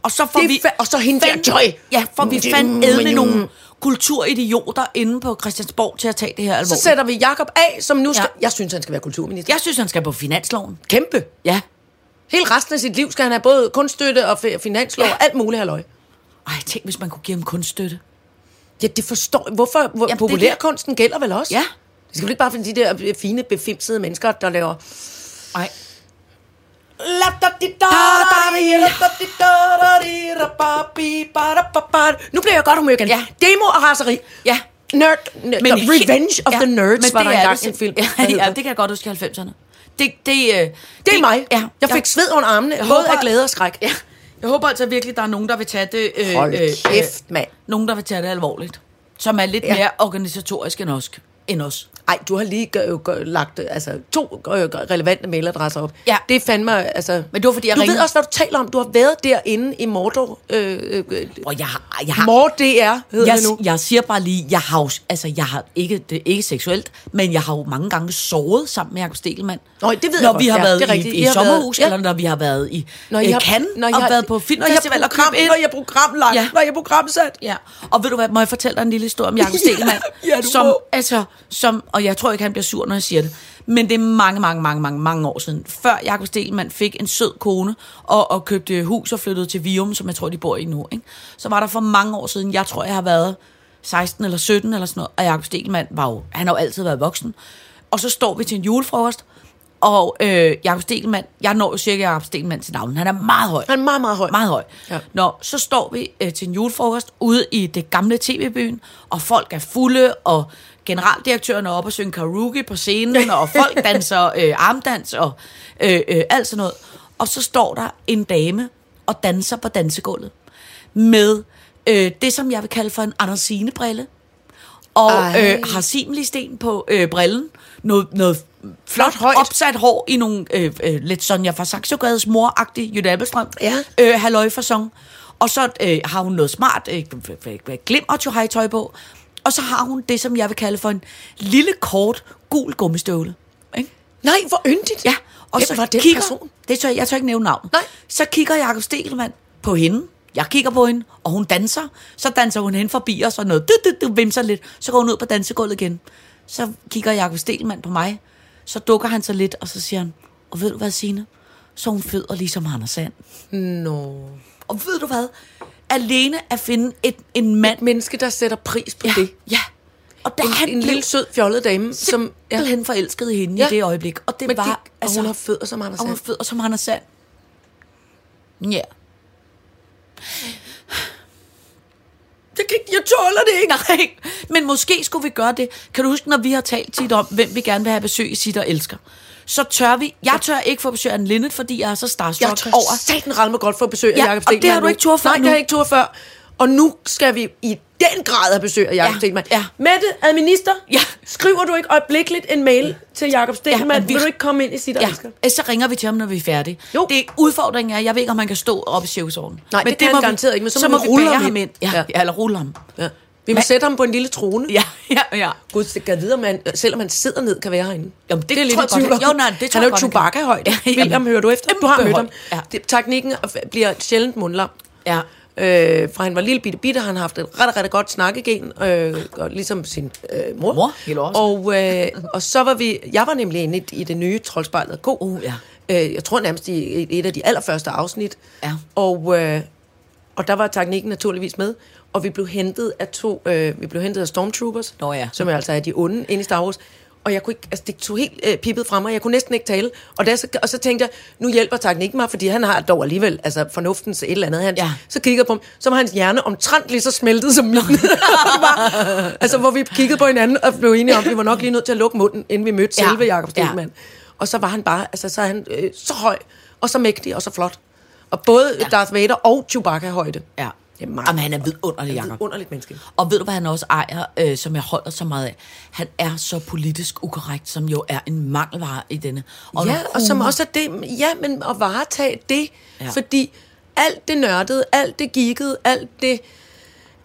S4: Og så får
S3: Det er
S4: vi...
S3: fa- og så hende der,
S4: fan-
S3: Joy.
S4: Ja, får vi
S3: Mm,
S4: fandt edme
S3: mm.
S4: nogle kulturidioter inde på Christiansborg til at tage det her
S3: Så
S4: alvorligt.
S3: sætter vi Jakob af, som nu skal...
S4: Ja.
S3: Jeg synes, han skal være kulturminister.
S4: Jeg synes, han skal på finansloven.
S3: Kæmpe.
S4: Ja.
S3: Hele resten af sit liv skal han have både kunststøtte og fe- finanslov
S4: Ja.
S3: og alt muligt halløj.
S4: Ej, tænk, hvis man kunne give ham kunststøtte.
S3: Ja, det forstår Hvorfor? Hvor,
S4: det-
S3: populærkunsten gælder vel også?
S4: Ja.
S3: Det skal vel ikke bare for de der øh, fine, befimsede mennesker, der laver...
S4: Ej.
S3: Nu bliver jeg godt humør igen.
S4: Ja.
S3: Demo og raseri.
S4: Ja.
S3: Nerd. nerd
S4: Men
S3: the Revenge of
S4: ja,
S3: the Nerds
S4: men
S3: var
S4: det
S3: der
S4: er
S3: engang
S4: det
S3: en film.
S4: Ja,
S3: der hed
S4: ja,
S3: det,
S4: det kan jeg godt huske i 90'erne. Det, det, øh, det,
S3: det er mig.
S4: Ja,
S3: jeg fik sved under armene. Jeg både
S4: håber-
S3: af glæde og skræk.
S4: Ja. Jeg håber altså virkelig, der er nogen, der vil tage det... Øh,
S3: Hold kæft, mand.
S4: Nogen, der vil tage det alvorligt. Som er lidt ja.
S3: Ja.
S4: mere organisatorisk end os. End os.
S3: Ej, du har lige gø- gø- lagt øh, altså, to øh, relevante mailadresser op.
S4: Ja.
S3: Det er fandme, altså...
S4: Men det var, fordi jeg
S3: du
S4: ringede-
S3: ved også, hvad du taler om. Du har været derinde i Mordor. Øh, øh, øh,
S4: Og jeg har... Jeg har
S3: Mor DR hedder
S4: jeg,
S3: det nu.
S4: jeg siger bare lige, jeg har jo, altså jeg har ikke, det er ikke seksuelt, men jeg har jo mange gange sovet sammen med Jacob Stelmann.
S3: Nå, det ved jeg
S4: når
S3: godt.
S4: vi har
S3: Ja,
S4: været
S3: det er
S4: i,
S3: rigtigt.
S4: i
S3: I har
S4: sommerhus,
S3: været-
S4: været,
S3: ja.
S4: eller når vi har været i
S3: Når
S4: når
S3: I
S4: I
S3: har-
S4: Cannes,
S3: når I
S4: og
S3: har-
S4: været på filmfestival
S3: når
S4: og
S3: jeg program,
S4: købt ind.
S3: når jeg programlagt,
S4: Ja.
S3: når jeg programsat.
S4: Ja, og ved du hvad, må jeg fortælle dig en lille historie om Jacob Stelmann?
S3: <laughs> Ja, du
S4: som,
S3: må.
S4: altså, som, og jeg tror ikke, han bliver sur, når jeg siger det, men det er mange, mange, mange, mange, mange år siden, før Jacob Stelmann fik en sød kone og, og købte hus og flyttede til Vium, som jeg tror, de bor i nu, ikke? så var der for mange år siden, jeg tror, jeg har været 16 eller 17 eller sådan noget, og Jacob Stelmann var jo, han har jo altid været voksen, og så står vi til en julefrokost, og øh, Jacob Stelmann, jeg når jo cirka Jacob Stelmann til navnet, han er meget høj.
S3: Han er meget, meget høj.
S4: Meget høj. Ja.
S3: Ja.
S4: Nå, så står vi øh, til en julefrokost ude i det gamle tv-byen, og folk er fulde, og generaldirektøren er oppe og synge karaoke på
S3: <laughs>
S4: scenen, og folk danser øh, armdans og øh, øh, alt sådan noget. Og så står der en dame og danser på dansegulvet med øh, det, som jeg vil kalde for en Andersine-brille og
S3: Ej.
S4: øh, har simmelisten på øh, brillen. Noget, noget flot
S3: højt.
S4: opsat hår i nogle øh, øh, lidt Sonja fra Saxogades mor-agtig Jytte Appelstrøm.
S3: Ja.
S4: Øh, halløjfasong. Og så øh, har hun noget smart øh, glimmer til high tøj på. Og så har hun det, som jeg vil kalde for en lille, kort, gul gummistøvle. Ikke?
S3: Nej, hvor yndigt.
S4: Ja, og
S3: Hvem
S4: så
S3: var den
S4: kigger,
S3: person?
S4: Det tør, jeg- jeg tør ikke nævne navn.
S3: Nej.
S4: Så kigger Jakob Stelmann på hende. Jeg kigger på hende, og hun danser. Så danser hun hen forbi os og noget. Du, du, du, vimser lidt. Så går hun ud på dansegulvet igen. Så kigger Jakob Stelmann på mig. Så dukker han sig lidt, og så siger han, og ved du hvad, Signe? Så hun føder ligesom Anders Sand.
S3: Nå.
S4: Og ved du hvad? Alene at finde et, en mand.
S3: Menneske, der sætter pris på
S4: ja,
S3: det.
S4: ja. Og der
S3: En,
S4: han
S3: en
S4: blev
S3: lille sød fjollet dame, som... Ja.
S4: simpelthen forelsket i hende ja.
S3: Ja.
S4: i det øjeblik. Og det
S3: Men
S4: var...
S3: det, altså, hun har fødder som Anders
S4: Og hun
S3: Sand.
S4: er fødder som Anders Sand. Ja. Det kan, jeg tåler det ikke. Nej, men måske skulle vi gøre det. Kan du huske, når vi har talt tit om, hvem vi gerne vil have besøg i sit og elsker? Så tør vi. Jeg tør ikke få besøg af Anne Linnet, fordi jeg er så starstruck
S3: Jeg tør
S4: over.
S3: satan ramme godt for besøg af
S4: Ja,
S3: Jacob
S4: og det
S3: Stelmann.
S4: har du
S3: nu.
S4: ikke tur før
S3: Nej,
S4: nu.
S3: det har jeg ikke tur før. Og nu skal vi i den grad have besøg af Jacob
S4: Ja,
S3: Stelmann.
S4: ja.
S3: Mette, administer,
S4: Ja.
S3: skriver du ikke øjeblikkeligt en mail til Jacob Stelmann?
S4: men vi-
S3: Vil du ikke komme ind i sit ja. elsker?
S4: Ja, så ringer vi til ham, når vi er færdige.
S3: Jo.
S4: Det udfordringen er, jeg ved ikke, om han kan stå op i sjævsovnen.
S3: Nej, det kan han garanteret ikke, men så må vi rulle
S4: bære
S3: ham ind.
S4: Ja, ja.
S3: Ja.
S4: eller rulle ham.
S3: Ja. Vi må
S4: Men-
S3: sætte ham på en lille trone.
S4: Ja, ja, ja.
S3: Gud, det kan videre, man, selvom han sidder ned, kan være herinde.
S4: Jamen, det
S3: er
S4: tror jeg
S3: i tvivl
S4: godt,
S3: om.
S4: han- jo, nej, det tror
S3: Han er
S4: jeg
S3: jo
S4: godt, han kan.
S3: Chewbacca-højt.
S4: Ja, ja.
S3: William, hører du efter? Du har
S4: Kæmpe
S3: mødt
S4: høj,
S3: ham.
S4: ja.
S3: Det- Teknikken bliver sjældent mundlam.
S4: Ja.
S3: Øh, fra han var lille bitte bitte, han har haft et ret, ret godt snakkegen, øh, og ligesom sin øh, mor.
S4: Mor, helt overraskende.
S3: og, øh, og så var vi, jeg var nemlig inde i, i det nye Troldspejlet K.
S4: Uh, ja.
S3: øh, jeg tror nærmest i et, et af de allerførste afsnit.
S4: Ja.
S3: Og, øh, og der var teknikken naturligvis med, og vi blev hentet af to, øh, vi blev hentet af Stormtroopers,
S4: Nå ja.
S3: som altså er de onde inde i Star Wars. Og jeg kunne ikke, altså det tog helt øh, pippet fra mig, jeg kunne næsten ikke tale. Og, der, så, og så tænkte jeg, nu hjælper teknikken mig, fordi han har dog alligevel, altså fornuftens et eller andet. Han,
S4: Ja.
S3: Så kiggede jeg på ham, så var hans hjerne omtrent lige så smeltet som min. <laughs> Den var- altså hvor vi kiggede på hinanden og blev enige om, at vi var nok lige nødt til at lukke munden, inden vi mødte
S4: Ja.
S3: ja. selve Jakob
S4: Ja.
S3: Stelmann. Og så var han bare, altså så er han øh, så høj, og så mægtig, og så flot. Og både ja. Darth Vader og Chewbacca højde.
S4: Ja.
S3: Det er meget
S4: Jamen, han er vidunderlig,
S3: Han er et
S4: Jacob.
S3: underligt menneske.
S4: Og ved du, hvad han også ejer, øh, som jeg holder så meget af? Han er så politisk ukorrekt, som jo er en mangelvare i denne.
S3: Og ja,
S4: noget
S3: og som
S4: humor.
S3: også er det, ja, men at varetage det,
S4: Ja.
S3: ja. fordi alt det nørdede, alt det geekede, alt det,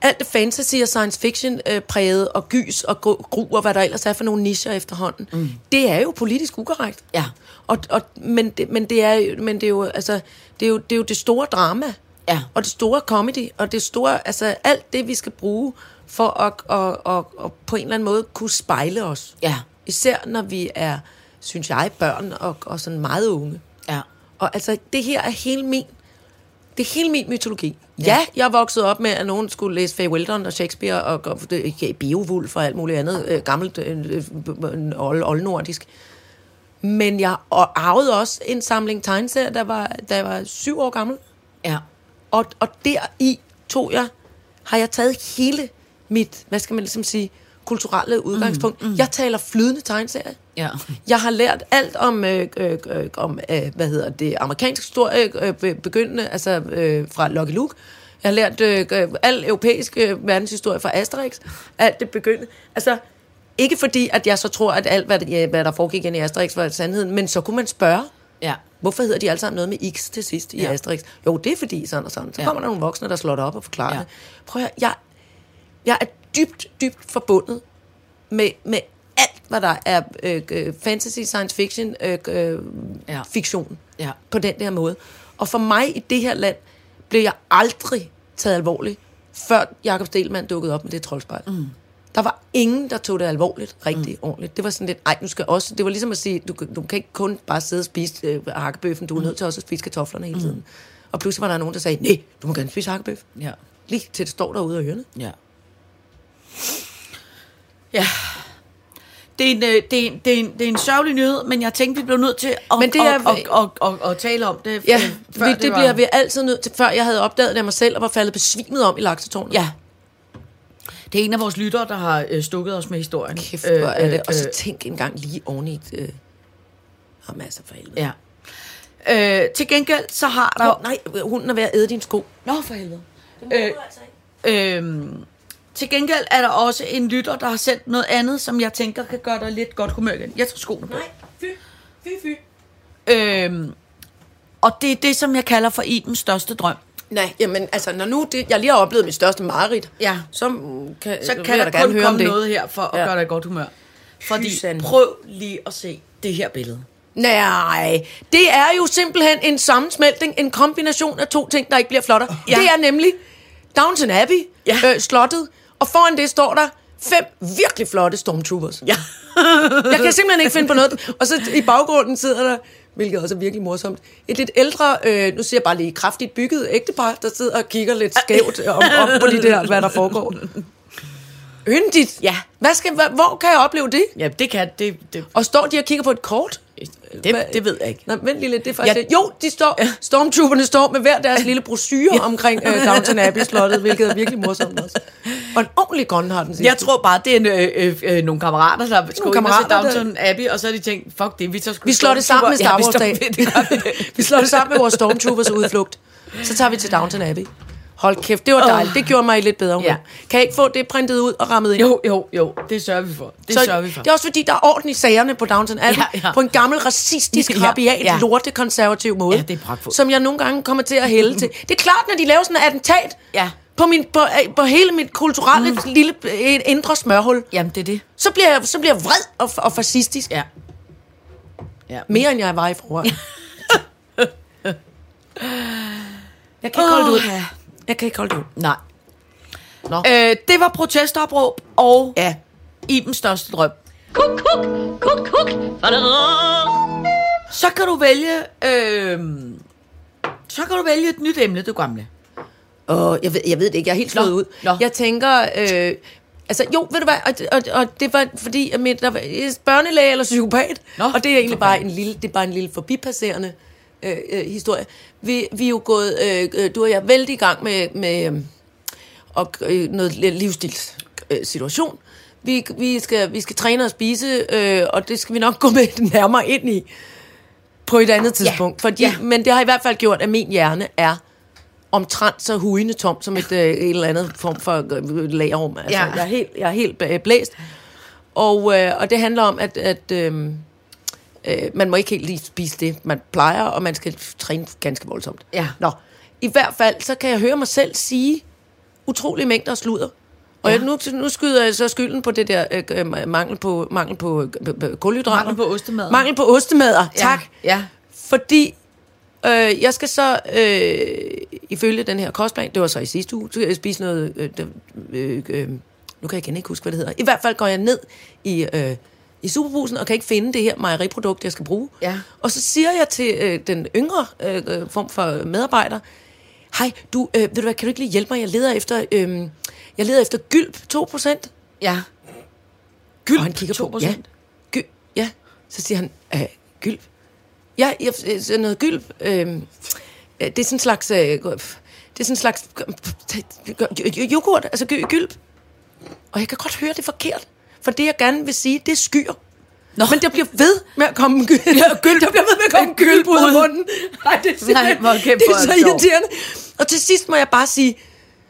S3: alt det fantasy og science fiction øh, præget, og gys og gru, gru, og hvad der ellers er for nogle nischer efterhånden, mm. det er jo politisk ukorrekt.
S4: Ja.
S3: Og, og, men, det, men, det er, jo- men det er jo, altså, det er jo, det er jo det store drama,
S4: Ja.
S3: og det store comedy, og det store, altså alt det, vi skal bruge for at, at, at, at på en eller anden måde kunne spejle os.
S4: Ja,
S3: Især når vi er, synes jeg, børn og, og sådan meget unge.
S4: ja.
S3: Og altså, det her er hele min, det er hele min mytologi. Ja, ja jeg voksede op med, at nogen skulle læse Faye Weldon og Shakespeare og gå- det- ja, Beowulf og alt muligt andet øh, gammelt øh, øh, øh, old- oldnordisk. Men jeg og arvede også en samling tegneserier, der var, da jeg var syv år gammel.
S4: ja.
S3: Og, og deri tog jeg, har jeg taget hele mit, hvad skal man ligesom sige, kulturelle udgangspunkt. Mm, mm. Jeg taler flydende tegneserie.
S4: Ja.
S3: Jeg har lært alt om, øh, øh, øh, om øh, hvad hedder det, amerikansk historie, øh, be- begyndende, altså øh, fra Lucky Luke. Jeg har lært øh, øh, al europæisk øh, verdenshistorie fra Asterix. Alt det begyndende. Altså, ikke fordi, at jeg så tror, at alt, hvad, ja, hvad der foregik inde i Asterix, var sandheden, men så kunne man spørge.
S4: Ja.
S3: Hvorfor hedder de alle sammen noget med X til sidst i
S4: Ja.
S3: ja. Asterix? Jo, det er fordi sådan og sådan. Så
S4: Ja.
S3: kommer der nogle voksne, der slår det op og forklarer
S4: Ja.
S3: ja. det. Prøv at høre, jeg, jeg er dybt, dybt forbundet med, med alt, hvad der er øh, øh, fantasy, science fiction, øh, øh,
S4: Ja.
S3: ja. fiktion
S4: Ja.
S3: på den der måde. Og for mig i det her land blev jeg aldrig taget alvorligt, før Jakob Stelmann dukkede op med det troldspejl. Mm. Der var ingen, der tog det alvorligt, rigtig mm. ordentligt. Det var sådan lidt, ej, nu skal også... Det var ligesom at sige, du, kan- du kan ikke kun bare sidde og spise øh, hakkebøffen, du er nødt til også at spise kartoflerne hele tiden. Og pludselig var der nogen, der sagde, nej, du må gerne spise hakkebøf.
S4: Ja.
S3: Lige til det står derude og hjørnet.
S4: Ja. Ja. Det er, en, øh, det, er en, det, er en, det er en sørgelig nyhed, men jeg tænkte, vi blev nødt til at,
S3: Men det
S4: at,
S3: er-
S4: at, at, at, at, at tale om det.
S3: Ja,
S4: øh,
S3: vi, det, det
S4: var-
S3: bliver vi altid nødt til, før jeg havde opdaget det af mig selv, og var faldet besvimet om i laksetårnet.
S4: Ja. Det er en af vores lyttere, der har øh, stukket os med historien.
S3: Kæft, hvor er det. Og så
S4: øh,
S3: tænk engang lige oven i et... Øh... Jamen altså for helvede.
S4: ja. Øh, til gengæld, så har der...
S3: Nå, nej, hunden er ved at æde din sko.
S4: Nå, for helvede. Øh, øhm, til gengæld er der også en lytter, der har sendt noget andet, som jeg tænker kan gøre dig lidt godt humør igen. Jeg tager skoene på. Nej, fy, fy, fy. Øhm, og det er det, som jeg kalder for Ibens største drøm.
S3: Nej, jamen altså, når nu det, jeg lige har oplevet mit største mareridt,
S4: Ja.
S3: så mm, kan,
S4: Så
S3: vil
S4: kan
S3: jeg
S4: der
S3: da
S4: kun komme noget her for at ja.
S3: Ja.
S4: gøre dig i godt humør. Fordi
S3: Hysan.
S4: prøv lige at se det her billede.
S3: Nej, det er jo simpelthen en sammensmeltning, en kombination af to ting, der ikke bliver flottere.
S4: Ja.
S3: Ja. Det er nemlig Downton Abbey,
S4: Ja.
S3: ja. øh, slottet, og foran det står der fem virkelig flotte stormtroopers.
S4: Ja.
S3: Jeg kan simpelthen ikke finde på noget. Og så i baggrunden sidder der, hvilket også er virkelig morsomt, et lidt ældre, øh, nu siger jeg bare lige kraftigt bygget ægtepar, der sidder og kigger lidt skævt om, om på de der, hvad der foregår. Yndigt.
S4: Ja.
S3: Hvad skal, hva- hvor kan jeg opleve det?
S4: <laughs> ja, det kan det. Det,
S3: Og står de og kigger på et kort?
S4: det, det ved jeg ikke.
S3: Nå, vent lige lidt, det er faktisk
S4: Ja.
S3: ja. det. Jo, de står, stormtrooperne står med hver deres lille brochure ja. omkring øh, Downton Abbey-slottet, hvilket er virkelig morsomt også. Og en ordentlig grøn har den sidste.
S4: Jeg tror bare, det er en, øh, øh, øh, nogle kammerater, der skulle ind og se
S3: kammerater, der-
S4: Downton Abbey, og så har de tænkt, fuck det, vi tager sgu
S3: Vi slår det sammen med Star Wars
S4: Stormtrooper.
S3: dag. <laughs> vi slår det sammen med vores Stormtroopers udflugt. Så tager vi til Downton Abbey. Hold kæft, det var dejligt. Det gjorde mig i lidt bedre humør.
S4: Ja.
S3: Ja. Kan jeg ikke få det printet ud og rammet ind?
S4: Jo, jo, jo, det sørger vi for. Det så, sørger vi for.
S3: det er også fordi, der er orden i sagerne på Downton Abbey,
S4: Ja,
S3: ja,
S4: ja.
S3: ja. på en gammel racistisk,
S4: Ja,
S3: rabiat,
S4: ja.
S3: ja. lortekonservativ måde,
S4: Ja, det er pragtfuldt.
S3: som jeg nogle gange kommer til at hælde til. Det er klart, når de laver sådan et attentat
S4: Ja.
S3: på, min, på, øh, på hele mit kulturelle mm. lille øh, indre smørhul,
S4: Jamen, det er det.
S3: så bliver jeg, så bliver jeg vred og, og fascistisk.
S4: Ja. ja. Men,
S3: Mere end jeg var i forvejen. jeg kan ikke holde det ud.
S4: Åh, ja.
S3: Jeg kan ikke holde det ud.
S4: nej.
S3: Nå.
S4: Øh, det var protestopråb og
S3: Ja.
S4: Ibens største drøm.
S2: Kuk, kuk, kuk, kuk.
S4: Så kan du vælge... Øh, så kan du vælge et nyt emne, du gamle.
S3: Og jeg ved, jeg ved det ikke, jeg er helt slået
S4: Nå,
S3: ud.
S4: nå.
S3: Jeg tænker, øh, altså jo, ved du hvad, og, og, og det var fordi, at mit, der var børnelæge eller psykopat,
S4: Nå,
S3: og det er
S4: for
S3: egentlig bare
S4: fanden.
S3: en lille, det er bare en lille forbipasserende øh, øh, historie. Vi, vi er jo gået, øh, øh, du og jeg er vældig i gang med, med øh, og, øh, noget livsstilssituation. Øh, situation. vi, vi, skal, vi skal træne og spise, øh, og det skal vi nok gå med <laughs> nærmere ind i på et andet tidspunkt. Fordi,
S4: ja.
S3: Men det har i hvert fald gjort, at min hjerne er omtrent så hujende tom som et, øh, et eller andet form for øh, lagerrum. Altså,
S4: Ja.
S3: ja. jeg, er helt, jeg er helt bæ- blæst. Og, øh, og det handler om, at, at øh, øh, man må ikke helt lige spise det, man plejer, og man skal træne ganske voldsomt.
S4: Ja.
S3: Nå, i hvert fald, så kan jeg høre mig selv sige utrolige mængder af sludder. Og ja. jeg, nu, nu skyder jeg så skylden på det der øh, øh, mangel på, mangel på øh, øh, øh, kulhydrater.
S4: Mangel på ostemader.
S3: Mangel på ostemader, tak.
S4: Ja.
S3: Fordi øh, jeg skal så, øh, ifølge den her kostplan, det var så i sidste uge, så skal jeg spise noget, øh, det- øh, øh, nu kan jeg igen ikke huske, hvad det hedder. I hvert fald går jeg ned i, øh, i superbusen og kan ikke finde det her mejeriprodukt, jeg skal bruge.
S4: Ja.
S3: Og så siger jeg til øh, den yngre øh, øh, form for medarbejder, hej, du, øh, ved du hvad, kan du ikke lige hjælpe mig? Jeg leder efter, øh, jeg leder efter gylp 2%.
S4: Ja.
S3: Gylp, og han kigger
S4: 2%.
S3: på, ja, gy, ja. Så siger han, øh, gylp? Ja, jeg, øh, så noget gylp. Øh, øh, det er sådan en slags... Øh, det er sådan en slags... øh, Yoghurt, altså gy, gylp. Og jeg kan godt høre det er forkert. For det, jeg gerne vil sige, det er skyer. Nå. Men der bliver ved med at komme gylp. <laughs> gylp. Der bliver ved med at komme gylp ud af munden. Nej, det er, simpelthen-
S4: hvor kæft,
S3: det
S4: hvor
S3: er så
S4: er det sjovt.
S3: irriterende. Og til sidst må jeg bare sige,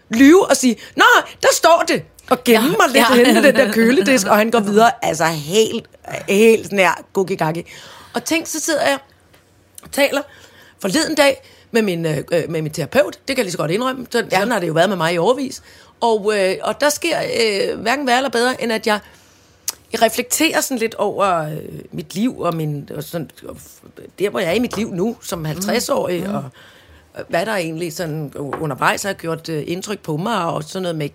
S3: lyve og sige, Nå, der står det! Og gemme mig lidt
S4: ja.
S3: ja. henne ved den der køledisk, og han går videre. Altså helt, helt nær gugigagi. Og tænk, så sidder jeg og taler forleden dag med min, øh, øh, med min terapeut. Det kan jeg lige så godt indrømme. Sådan, ja. sådan har det jo været med mig i overvis. Og, øh, og der sker øh, hverken værre eller bedre, end at jeg jeg reflekterer sådan lidt over øh, mit liv og min og sådan, og f- der, hvor jeg er i mit liv nu, som 50-årig, mm. og og hvad der egentlig sådan u- undervejs har gjort øh, indtryk på mig, og sådan noget med,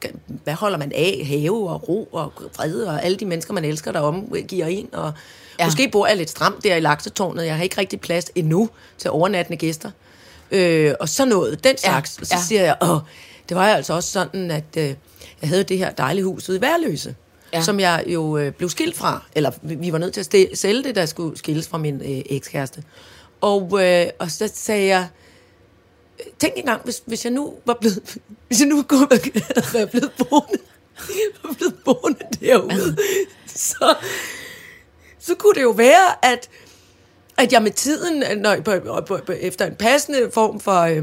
S3: hvad holder man af? Have og ro og fred, og alle de mennesker, man elsker, der omgiver en. Og
S4: Ja.
S3: ja. Måske bor jeg lidt stramt der i laksetårnet. Jeg har ikke rigtig plads endnu til overnattende gæster. Øh, og sådan noget, den slags. Og så
S4: ja.
S3: siger jeg, åh, det var jeg altså også sådan, at øh, jeg havde det her dejlige hus ude i Værløse,
S4: Ja.
S3: ja. som jeg jo øh, blev skilt fra. Eller vi vi var nødt til at stel- sælge det, der skulle skilles fra min øh, ekskæreste. Og, øh, og så sagde jeg, tænk engang, hvis, hvis jeg nu var blevet, <laughs> hvis jeg nu kunne være, være blevet boende, <laughs> var blevet boende derude, så, så kunne det jo være, at, at jeg med tiden, øh, når, på, på, på, efter en passende form for øh,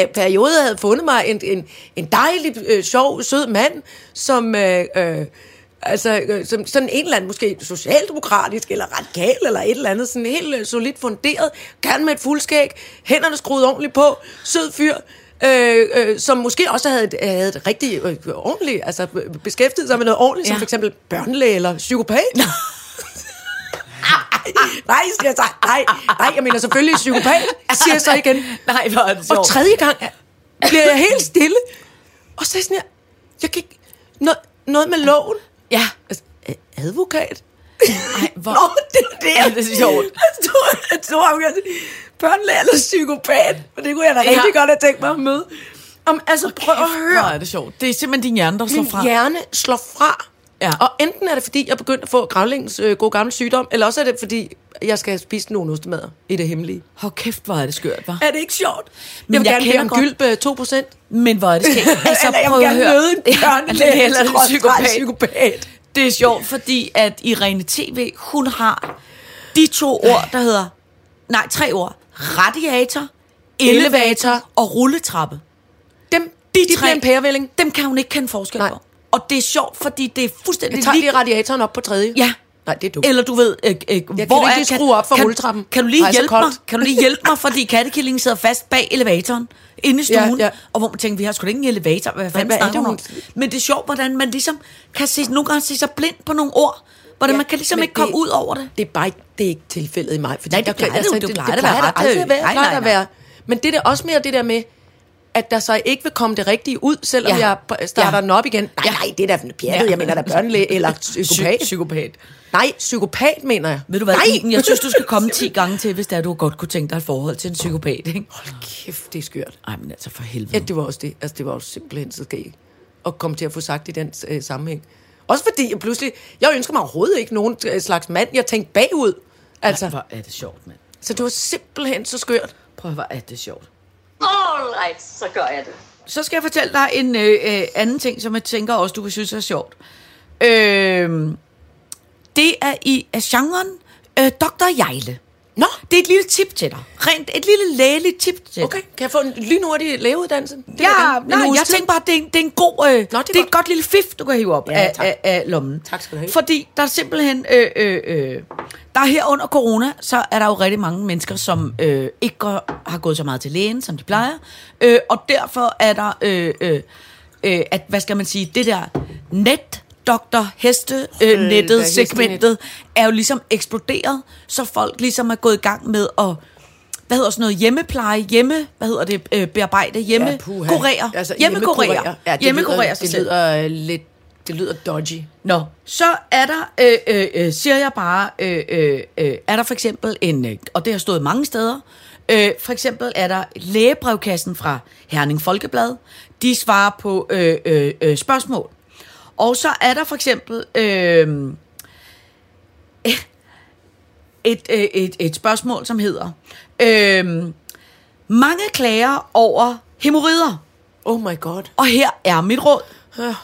S3: øh, periode, havde fundet mig en, en, en dejlig, øh, sjov, sød mand, som... Øh, øh, Altså, øh, som sådan en eller anden, måske socialdemokratisk eller radikal eller et eller andet, sådan helt øh, solidt funderet, gerne med et fuldskæg, hænderne skruet ordentligt på, sød fyr, øh, øh, som måske også havde et, havde et rigtig øh, ordentligt, altså øh, beskæftiget sig med noget ordentligt, ja.
S4: Ja.
S3: som for eksempel børnelæge eller psykopat. Nej, siger jeg så. Nej, nej, jeg mener selvfølgelig psykopat, siger jeg så igen.
S4: Nej, hvor er det
S3: Og tredje gang bliver jeg helt stille. Og så er jeg sådan her, jeg gik noget, noget med loven.
S4: Ja.
S3: Altså, øh, advokat?
S4: Ej, hvor...
S3: Nå, det er det.
S4: Ja, det er sjovt.
S3: <laughs> Jeg tror, jeg tror, jeg børnelærer eller psykopat. For det kunne jeg da
S4: Ja.
S3: rigtig godt have tænkt mig at møde. Om, altså, prøv at høre.
S4: Hvor er det sjovt. Det er simpelthen din hjerne, der slår
S3: Min
S4: fra.
S3: hjerne slår fra.
S4: Ja.
S3: Og enten er det, fordi jeg er begyndt at få gravlingens øh, gode gamle sygdom, eller også er det, fordi jeg skal spise nogle ostemader i det hemmelige.
S4: Hvor kæft, hvor er det skørt, var.
S3: Er det ikke sjovt?
S4: Men
S3: jeg vil
S4: jeg
S3: gerne
S4: kender
S3: bede om
S4: godt-
S3: gylp øh, Altså, 2%.
S4: <laughs> Men hvor er det
S3: <laughs>
S4: skægt. Altså,
S3: eller jeg vil gerne møde en <laughs> børnelæge,
S4: Ja, altså, eller en
S3: skråstreg
S4: psykopat.
S3: psykopat.
S4: Det er sjovt, fordi at Irene TV, hun har de to ord, der hedder... Nej, tre ord. Radiator, elevator
S3: Elevator.
S4: og rulletrappe.
S3: Dem,
S4: De
S3: de,
S4: tre-
S3: de bliver en pærevælling.
S4: Dem kan hun ikke kende forskel
S3: Nej.
S4: på. Og det er sjovt, fordi det er fuldstændig
S3: Jeg tager lige
S4: lig-
S3: radiatoren op på tredje.
S4: Ja.
S3: Nej, det er dumt.
S4: Eller du ved, øh, øh,
S3: kan
S4: hvor
S3: du ikke
S4: er-
S3: lige skrue op for
S4: kan,
S3: rulletrappen?
S4: Kan du lige
S3: Ej, så
S4: hjælpe mig?
S3: koldt.
S4: Kan du lige hjælpe mig, fordi kattekillingen sidder fast bag elevatoren inde i
S3: Ja,
S4: stuen, ja, ja.
S3: ja.
S4: og hvor man tænker, vi har sgu da ingen elevator, hvad fanden
S3: hvad er
S4: snakker
S3: det,
S4: hun om? Men det er sjovt, hvordan man ligesom kan se, nogle gange se sig blind på nogle ord, hvordan
S3: Ja,
S4: ja, man kan ligesom
S3: men
S4: ikke komme
S3: det-
S4: ud over det.
S3: det er bare ikke, det er ikke tilfældet i mig. Fordi
S4: Nej, det
S3: der
S4: plejer
S3: kan- altså,
S4: det jo. Det
S3: det,
S4: plejer
S3: det,
S4: det
S3: det
S4: at
S3: plejer
S4: være
S3: det
S4: ret,
S3: aldrig
S4: øh,
S3: at være.
S4: nej,
S3: plejer
S4: nej,
S3: det at
S4: nej.
S3: være. Men det er da også mere det der med, at der så ikke vil komme det rigtige ud, selvom
S4: Ja.
S3: ja. jeg p- starter
S4: Ja.
S3: ja. den op igen. Nej, nej, det er da pjattet.
S4: Ja.
S3: Ja. Jeg mener, der er børnelæge eller psykopat.
S4: Psy- psykopat.
S3: nej, psykopat mener jeg.
S4: Ved du hvad,
S3: Nej,
S4: Iben, jeg synes, du skal
S3: <laughs>
S4: komme 10 gange til, hvis det er, du godt kunne tænke dig et forhold til en psykopat, ikke?
S3: kæft, det er skørt.
S4: Ej, men altså for helvede.
S3: Ja, det var også det. Altså, det var jo simpelthen så skægt at komme til at få sagt i den øh, sammenhæng. Også fordi jeg pludselig, jeg ønsker mig overhovedet ikke nogen øh, slags mand. Jeg tænkte bagud. Altså,
S4: Hvor er det sjovt, mand.
S3: så det var simpelthen så skørt.
S4: Prøv at hvor er det sjovt.
S2: Alright, så gør jeg det.
S4: Så skal jeg fortælle dig en øh, øh, anden ting, som jeg tænker også, du vil synes er sjovt. Øhm, Øh, det er i er genren øh, Dr. Jejle.
S3: Nå.
S4: Det er et lille tip til dig. Rent et lille lægeligt tip til dig.
S3: Okay, kan jeg få en lynhurtig lægeuddannelse? Det vil jeg
S4: Ja,
S3: gerne. En
S4: nej,
S3: uges
S4: jeg
S3: tid.
S4: tænker bare, at det er, en- det er en god, øh, Nå, det er, det er
S3: godt.
S4: et godt lille fif, du kan hive op ja,
S3: Ja,
S4: af,
S3: tak.
S4: af, af, lommen.
S3: Tak skal du have.
S4: Fordi der er simpelthen, øh, øh, øh, der er her under corona, så er der jo rigtig mange mennesker, som øh, ikke går, har gået så meget til lægen, som de plejer. Øh, og derfor er der, øh, øh, øh, at, hvad skal man sige, det der net doktor heste øh,
S3: da,
S4: nettet
S3: hestenet.
S4: segmentet er jo ligesom eksploderet, så folk ligesom er gået i gang med at hvad hedder sådan noget, hjemmepleje, hjemme, hvad hedder det, øh, bearbejde, hjemme,
S3: puha.
S4: koreer, altså, hjemmekorerer,
S3: Ja, det
S4: hjemmekorerer
S3: lyder,
S4: sig
S3: det
S4: selv.
S3: lyder øh, lidt, det lyder dodgy.
S4: Nå, så er der, øh, øh, øh, siger jeg bare, øh, øh, øh, er der for eksempel en, øh, og det har stået mange steder, øh, for eksempel er der lægebrevkassen fra Herning Folkeblad, de svarer på øh, øh, øh, spørgsmål. Og så er der for eksempel øh, øh, et, øh, et, et spørgsmål, som hedder, øh, mange klager over hemorrider,
S3: Oh my god.
S4: og her er mit råd.
S3: Øh,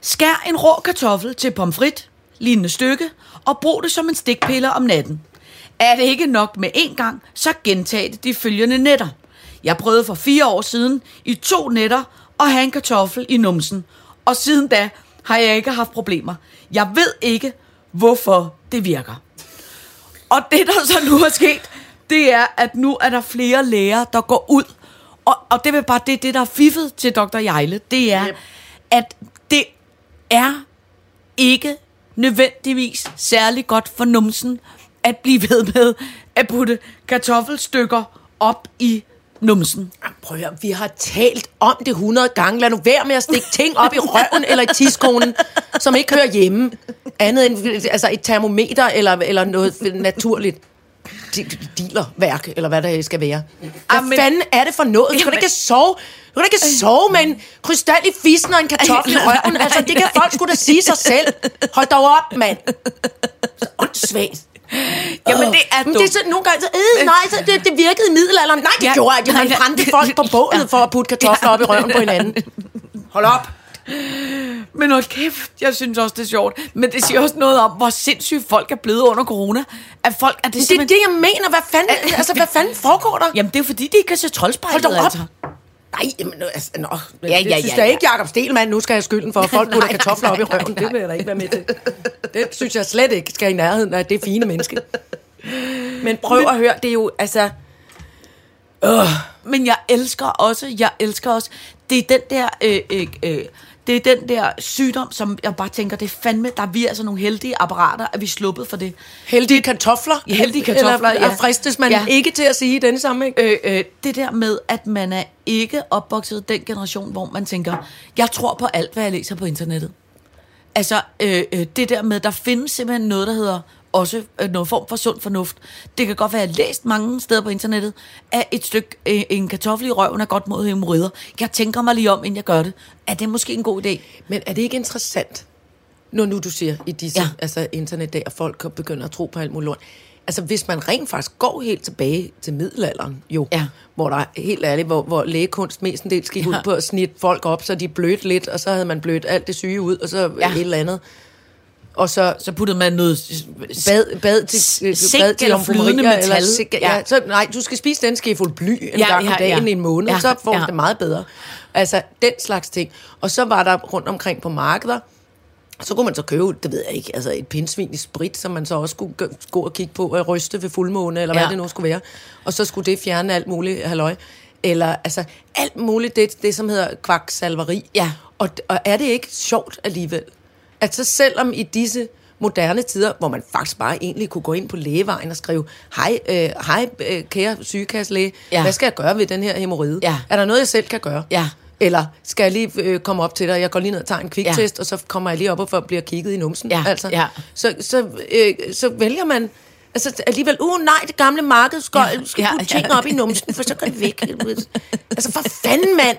S4: Skær en rå kartoffel til pomfrit, lignende stykke, og brug det som en stikpiller om natten. Er det ikke nok med én gang, så gentag det de følgende nætter. Jeg prøvede for fire år siden i to nætter at have en kartoffel i numsen, og siden da har jeg ikke haft problemer. Jeg ved ikke, hvorfor det virker. Og det, der så nu er sket, det er, at nu er der flere læger, der går ud. Og, og det vil bare, det, er det der er fiffet til Dr. Jejle, det er,
S3: Yep.
S4: yep. at det er ikke nødvendigvis særlig godt for numsen at blive ved med at putte kartoffelstykker op i numsen.
S3: Prøv at høre, vi har talt om det 100 gange. Lad nu være med at stikke ting op i røven eller i tidskonen, som ikke hører hjemme. Andet end altså et termometer eller, eller noget naturligt di- dealerværk, eller hvad det skal være. Hvad
S4: Jamen-
S3: fanden er det for noget? Du kan da
S4: Jamen-
S3: ikke sove, du kan da ikke sove med en krystal i fissen og en kartoffel i
S4: Nej, nej,
S3: røven. Altså, det kan
S4: nej, nej.
S3: folk skulle da sige sig selv. Hold dog op, mand. Så åndssvagt.
S4: Jamen, det er
S3: Men
S4: dumt.
S3: det er sådan, nogle gange, så, øh, nej, så det, det virkede i middelalderen. Nej, det
S4: Ja.
S3: ja. gjorde ikke. Man
S4: Nej, nej.
S3: brændte folk på bålet
S4: Ja.
S3: for at putte kartofler
S4: Ja.
S3: op i røven på hinanden. <laughs> Hold op.
S4: Men hold kæft, jeg synes også, det er sjovt. Men det siger også noget om, hvor sindssyge folk er blevet under corona. At folk, at det,
S3: Det er
S4: simpelthen...
S3: det, jeg mener. Hvad fanden, altså, hvad fanden foregår der?
S4: Jamen, det er fordi, de ikke kan se troldspejlet,
S3: Hold dog op.
S4: altså.
S3: Nej, jamen, nu, altså, nå. Ja,
S4: ja,
S3: ja, det synes
S4: ja,
S3: jeg
S4: ja.
S3: ikke, Jacob Stelmann nu skal have skylden for, at folk <laughs> putter kartofler op i røven. Det vil jeg da ikke være med til. <laughs> Det synes jeg slet ikke skal i nærheden af det fine menneske. <laughs> Men prøv at høre, det er jo, altså...
S4: Men jeg elsker også, jeg elsker også, det er den der, øh, øh, øh, det er den der sygdom, som jeg bare tænker, det er fandme, der er vi altså nogle heldige apparater, at vi er sluppet for det.
S3: Heldige kartofler.
S4: Heldige kartofler,
S3: Eller,
S4: ja.
S3: fristes man
S4: Ja.
S3: ikke til at sige i denne sammenhæng.
S4: Øh, øh, det der med, at man er ikke opvokset i den generation, hvor man tænker, jeg tror på alt, hvad jeg læser på internettet. Altså, øh, øh, det der med, der findes simpelthen noget, der hedder også øh, noget form for sund fornuft. Det kan godt være, at jeg har læst mange steder på internettet, at et stykke, øh, en kartoffel i røven er godt mod hemorrider. Jeg tænker mig lige om, inden jeg gør det. Er det måske en god idé?
S3: Men er det ikke interessant, når nu du siger i disse
S4: Ja.
S3: ja. altså, internetdag, at folk begynder at tro på alt muligt lort? Altså hvis man rent faktisk går helt tilbage til middelalderen, jo,
S4: Ja.
S3: hvor der er- helt ærligt, hvor, hvor lægekunst mestendels gik ja.
S4: Ja.
S3: ud på at snitte folk op, så de blødte lidt, og så havde man blødt alt det syge ud, og så
S4: Ja.
S3: ja. et eller andet. Og så
S4: Så puttede man noget... s-
S3: bad, bad til, øh,
S4: Zink
S3: bad til
S4: eller
S3: jomfru Maria,
S4: flydende metal.
S3: Eller, zink-
S4: Ja.
S3: ja. så, nej, du skal spise den skefuld bly en
S4: Ja,
S3: ja, gang om
S4: ja,
S3: dagen
S4: ja.
S3: i en måned,
S4: Ja,
S3: ja, så får du
S4: ja.
S3: det meget bedre. Altså, den slags ting. Og så var der rundt omkring på markeder, så kunne man så købe, det ved jeg ikke, altså et pindsvin i sprit, som man så også skulle gø- gå og kigge på og ryste ved fuldmåne, eller ja.
S4: Ja.
S3: hvad det nu skulle være. Og så skulle det fjerne alt muligt halløj. Eller altså alt muligt, det, det som hedder kvaksalveri.
S4: Ja.
S3: Og, og er det ikke sjovt alligevel? At så selvom i disse moderne tider, hvor man faktisk bare egentlig kunne gå ind på lægevejen og skrive, hej, øh, hej øh, kære sygekasselæge,
S4: Ja.
S3: ja. hvad skal jeg gøre ved den her hemorrhide?
S4: Ja.
S3: Er der noget, jeg selv kan gøre?
S4: Ja.
S3: Eller skal jeg lige øh, komme op til dig? Jeg går lige ned og tager en kviktest,
S4: Ja.
S3: og så kommer jeg lige op og får- bliver kigget i numsen.
S4: Ja,
S3: Altså.
S4: ja.
S3: Så, så, øh, så vælger man altså alligevel, uh nej, det gamle marked skal,
S4: Ja,
S3: ja, skal ja,
S4: ja,
S3: putte ting
S4: ja.
S3: op i numsen, for så går det væk. altså for fanden, mand!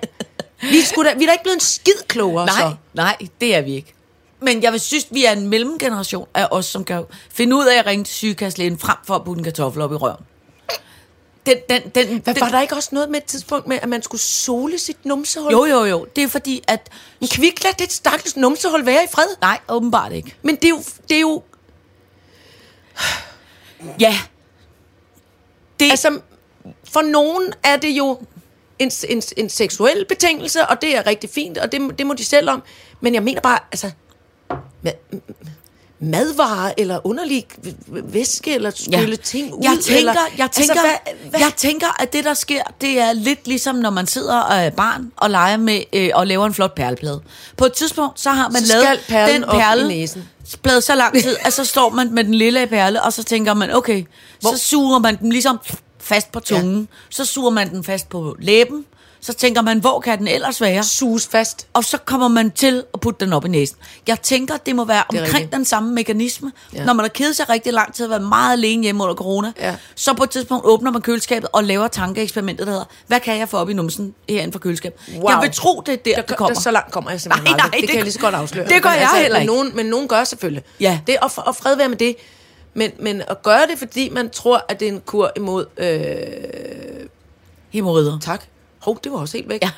S3: Vi, skulle da, vi er da ikke blevet en skid klogere,
S4: Nej,
S3: så.
S4: nej, det er vi ikke. Men jeg vil synes, vi er en mellemgeneration af os, som kan finde ud af at ringe til sygekasselægen frem for at putte en kartoffel op i røven. Den, den, den,
S3: Hvad,
S4: den,
S3: var der ikke også noget med et tidspunkt med, at man skulle sole sit numsehul?
S4: Jo, jo, jo. Det er fordi, at...
S3: Men kvik, lad det stakkels numsehul være i fred.
S4: Nej, åbenbart ikke.
S3: Men det er jo, det er jo
S4: Ja, Det-
S3: altså, for nogen er det jo en, en, en seksuel betingelse, og det er rigtig fint, og det, det må de selv om. Men jeg mener bare, altså, ma- madvarer eller underlig væske eller skylle ting ud.
S4: Jeg tænker,
S3: eller,
S4: jeg, tænker,
S3: altså, hvad, hvad,
S4: jeg tænker, at det, der sker, det er lidt ligesom, når man sidder og er barn og leger med øh, og laver en flot perleplade. På et tidspunkt, så har man
S3: Så
S4: lavet
S3: skal perlen
S4: den
S3: op i
S4: perle,
S3: næsen.
S4: Blad så lang
S3: <laughs>
S4: tid, at så står man med den lille perle, og så tænker man, okay, Hvor? så suger man den ligesom fast på tungen, ja. så suger man den fast på læben, så tænker man, hvor kan den ellers være?
S3: sus fast.
S4: og så kommer man til at putte den op i næsen. Jeg tænker, det må være
S3: Det er
S4: omkring
S3: rigtigt.
S4: den samme mekanisme.
S3: Ja.
S4: Ja. Når man har kedet sig rigtig lang tid og været meget alene hjemme under corona,
S3: Ja.
S4: så på et tidspunkt åbner man køleskabet og laver tankeeksperimentet, der hedder, hvad kan jeg få op i numsen herinde fra køleskabet?
S3: Wow.
S4: Wow. Jeg vil tro, det er der, der det kommer.
S3: Der, så langt kommer jeg simpelthen
S4: Nej, nej,
S3: aldrig. det,
S4: det
S3: kan jeg
S4: gør-
S3: lige så godt afsløre.
S4: det gør
S3: Men altså,
S4: jeg heller ikke.
S3: Men nogen, men nogen gør selvfølgelig.
S4: Ja.
S3: Det, og, f- og fred være med det. Men, men at gøre det, fordi man tror, at det er en kur imod... Øh,
S4: Hemorrider.
S3: tak. Hov, det var også helt væk.
S4: Ja.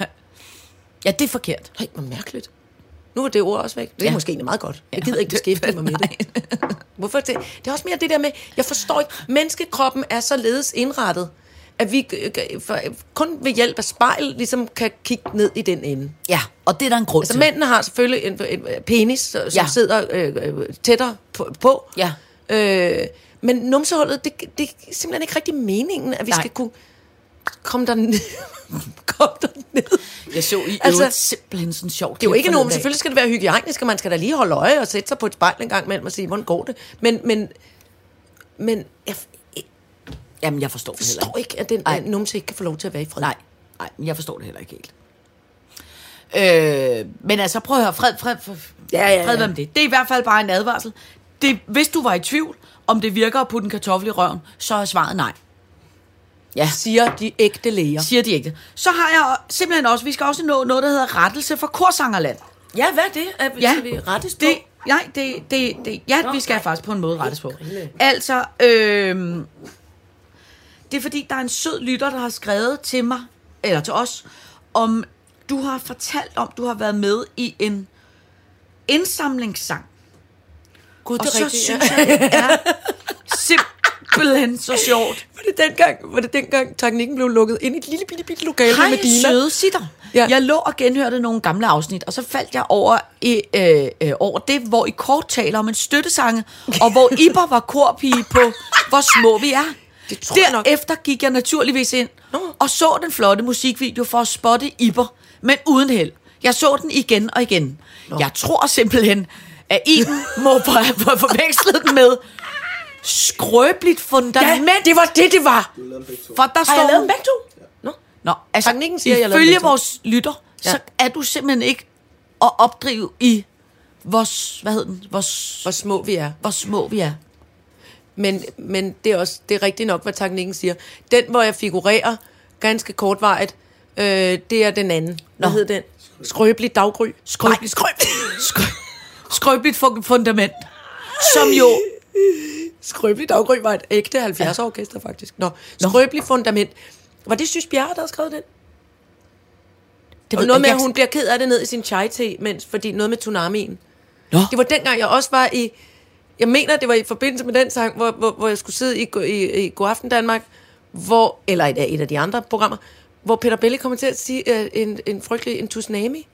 S4: ja, det er forkert.
S3: Nej, hvor mærkeligt. Nu er det ord også væk. Det er ja.
S4: Ja.
S3: måske egentlig meget godt. Jeg
S4: Ja,
S3: gider ikke
S4: det-
S3: beskæftige mig med
S4: <laughs>
S3: det. Hvorfor det? Det er også mere det der med, jeg forstår ikke, menneskekroppen er således indrettet, at vi øh, øh, for- øh, kun ved hjælp af spejl ligesom kan kigge ned i den ende.
S4: Ja, og det er der en grund
S3: Altså
S4: til.
S3: mændene har selvfølgelig en, en penis, som ja.
S4: Ja.
S3: sidder øh, øh, tættere på. på.
S4: Ja.
S3: Øh, men numsehullet, det, det er simpelthen ikke rigtig meningen, at vi Nej.
S4: Nej.
S3: skal kunne komme derned. <laughs> komme derned.
S4: Jeg så i
S3: Altså,
S4: altså, øvrigt simpelthen sådan sjovt.
S3: Det er jo ikke nogen, selvfølgelig skal det være hygiejnisk, og man skal da lige holde øje og sætte sig på et spejl en gang imellem og sige, hvordan går det? Men, men, men jeg
S4: Jamen, jeg forstår det heller ikke.
S3: forstår ikke, at den
S4: Ej.
S3: at numse ikke kan få lov til at være i fred.
S4: Nej, nej, men jeg forstår det heller ikke helt. Øh, men altså, prøv at høre, fred, fred, fred,
S3: Ja, ja, ja.
S4: fred være med det. Det er i hvert fald bare en advarsel. Det, hvis du var i tvivl, om det virker at putte en kartoffel i røven, så er svaret nej. Ja,
S3: Siger de ægte læger.
S4: siger de ikke. Så har jeg simpelthen også, vi skal også nå noget, der hedder rettelse for korsangerland.
S3: Ja, hvad er det? Er,
S4: Ja,
S3: Det,
S4: det, nej, det, det, det, ja, vi skal faktisk på en måde rettes på. Altså, øhm, det er fordi, der er en sød lytter, der har skrevet til mig, eller til os, om du har fortalt om, du har været med i en indsamlingssang.
S3: Gud, det
S4: Og
S3: er
S4: så
S3: rigtigt,
S4: synes jeg, det er
S3: <laughs>
S4: simpelthen så sjovt.
S3: Var det dengang, var det dengang teknikken blev lukket ind i et lille, bitte, bitte lokale
S4: Hej,
S3: med Dina?
S4: søde sitter.
S3: Ja.
S4: Ja. Jeg lå og genhørte nogle gamle afsnit, og så faldt jeg over, i, øh, øh, over det, hvor I kort taler om en støttesange,
S3: <laughs>
S4: og hvor Iber var korpige på, hvor små vi er.
S3: Det tror jeg nok.
S4: Derefter gik jeg naturligvis ind
S3: Nå.
S4: og så den flotte musikvideo for at spotte Iber, men uden held. Jeg så den igen og igen. Jeg tror simpelthen, at Iben må <laughs> have forvekslet den med skrøbeligt
S3: Ja,
S4: fundament.
S3: men det var det, det var.
S4: For der
S3: Har
S4: står
S3: jeg lavet
S4: hun-
S3: dem begge to? Nå.
S4: Nå, altså,
S3: Teknikken siger, jeg lavede
S4: ifølge
S3: begge to.
S4: vores lytter, ja.
S3: Ja.
S4: så er du simpelthen ikke at opdrive i, hvor, hvad hedder den, hvor,
S3: Hvor små vi er.
S4: hvor små vi er.
S3: Men, men det er også det er rigtigt nok, hvad teknikken siger. Den, hvor jeg figurerer ganske kortvarigt, øh, det er den anden. Hvad
S4: Nå.
S3: hedder den? Skrøbelig daggry.
S4: Skrøbeligt- Skrø- Skrøbeligt fun- fundament, som jo...
S3: <laughs> Skrøbelig daggry var et ægte 70-orkester, faktisk. Nå, Skrøbelig fundament. Var det Sys Bjerre, der har skrevet den?
S4: Det
S3: Og
S4: ved
S3: noget
S4: jeg
S3: med,
S4: ikke.
S3: at hun bliver ked af det ned i sin chai-te, mens, fordi noget med tsunamien.
S4: Nå.
S3: Det var dengang, jeg også var i... Jeg mener, det var i forbindelse med den sang, hvor, hvor, hvor jeg skulle sidde i, Go- i, i Godaften Danmark, hvor, eller et, af- et af de andre programmer, hvor Peter Belli kommer til at sige øh, en, en frygtelig en tsunami.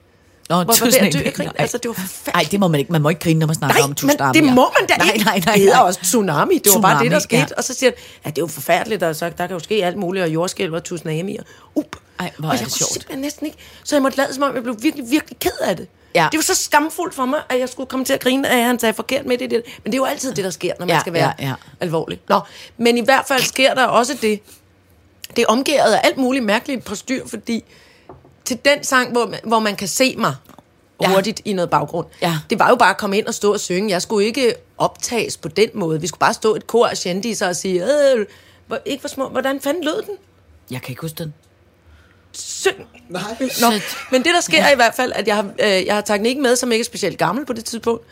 S4: Nå,
S3: var ved
S4: tusind
S3: at dø
S4: tak.
S3: af grin.
S4: Nej.
S3: Altså, det var forfærdeligt.
S4: Nej, det må man ikke. Man må ikke grine, når man snakker om
S3: men
S4: tsunami.
S3: det må man da
S4: nej,
S3: ikke.
S4: Nej, nej,
S3: Det hedder
S4: nej.
S3: også tsunami. Det tsunami, var bare det, der skete.
S4: Tsunami,
S3: Ja.
S4: ja.
S3: Og så siger han, ja, det er jo forfærdeligt, og så, der kan jo ske alt muligt, og jordskælv og tsunami. Og, up.
S4: Ej, hvor
S3: og jeg
S4: er det
S3: kunne
S4: sjovt.
S3: simpelthen næsten ikke. Så jeg måtte lade, som om jeg blev virkelig, virkelig ked af det.
S4: Ja.
S3: Det var så skamfuldt for mig, at jeg skulle komme til at grine, af, at han sagde forkert med det. det. Men det er jo altid det, der sker, når man
S4: Ja,
S3: skal være
S4: ja, ja.
S3: alvorlig. Nå, men i hvert fald sker der også det. Det er omgæret af alt muligt mærkeligt postyr, fordi til den sang, hvor, man- hvor man kan se mig
S4: Ja.
S3: hurtigt i noget baggrund.
S4: Ja.
S3: Det var jo bare at komme ind og stå og synge. Jeg skulle ikke optages på den måde. Vi skulle bare stå et kor af kendiser og sige, øh, hvor, ikke hvor små, hvordan fanden lød den?
S4: Jeg kan ikke huske den.
S3: Syng!
S5: Nej.
S3: Nå,
S4: Shit.
S3: men det der sker er i hvert fald, at jeg har, øh, jeg har teknikken med, som ikke er specielt gammel på det tidspunkt,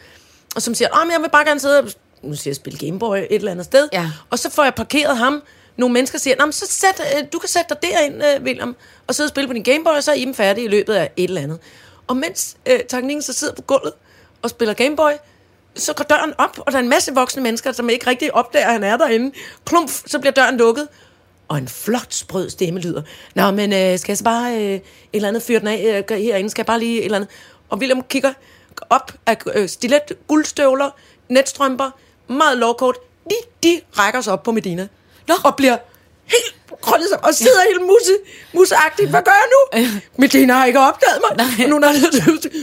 S3: og som siger, at jeg vil bare gerne sidde og, nu siger jeg, spille Gameboy et eller andet sted,
S4: Ja.
S3: og så får jeg parkeret ham, nogle mennesker siger, Nå, men så sæt, øh, du kan sætte dig derind, øh, William, og sidde og spille på din Gameboy, og så er I dem færdige i løbet af et eller andet. Og mens øh, teknikken så sidder på gulvet og spiller Gameboy, så går døren op, og der er en masse voksne mennesker, som ikke rigtig opdager, at han er derinde. Klump, så bliver døren lukket. og en flot, sprød stemme lyder. Nå, men øh, skal jeg så bare øh, et eller andet fyre den af øh, gør- herinde? Skal jeg bare lige et eller andet? Og William kigger op af øh, stilet, guldstøvler, netstrømper, meget lovkort. De, de rækker sig op på Medina. Nå. Og bliver helt krøllet sig, og sidder helt musse, musseagtigt. Hvad gør jeg nu? Medina har ikke opdaget mig. Nej. Nogen har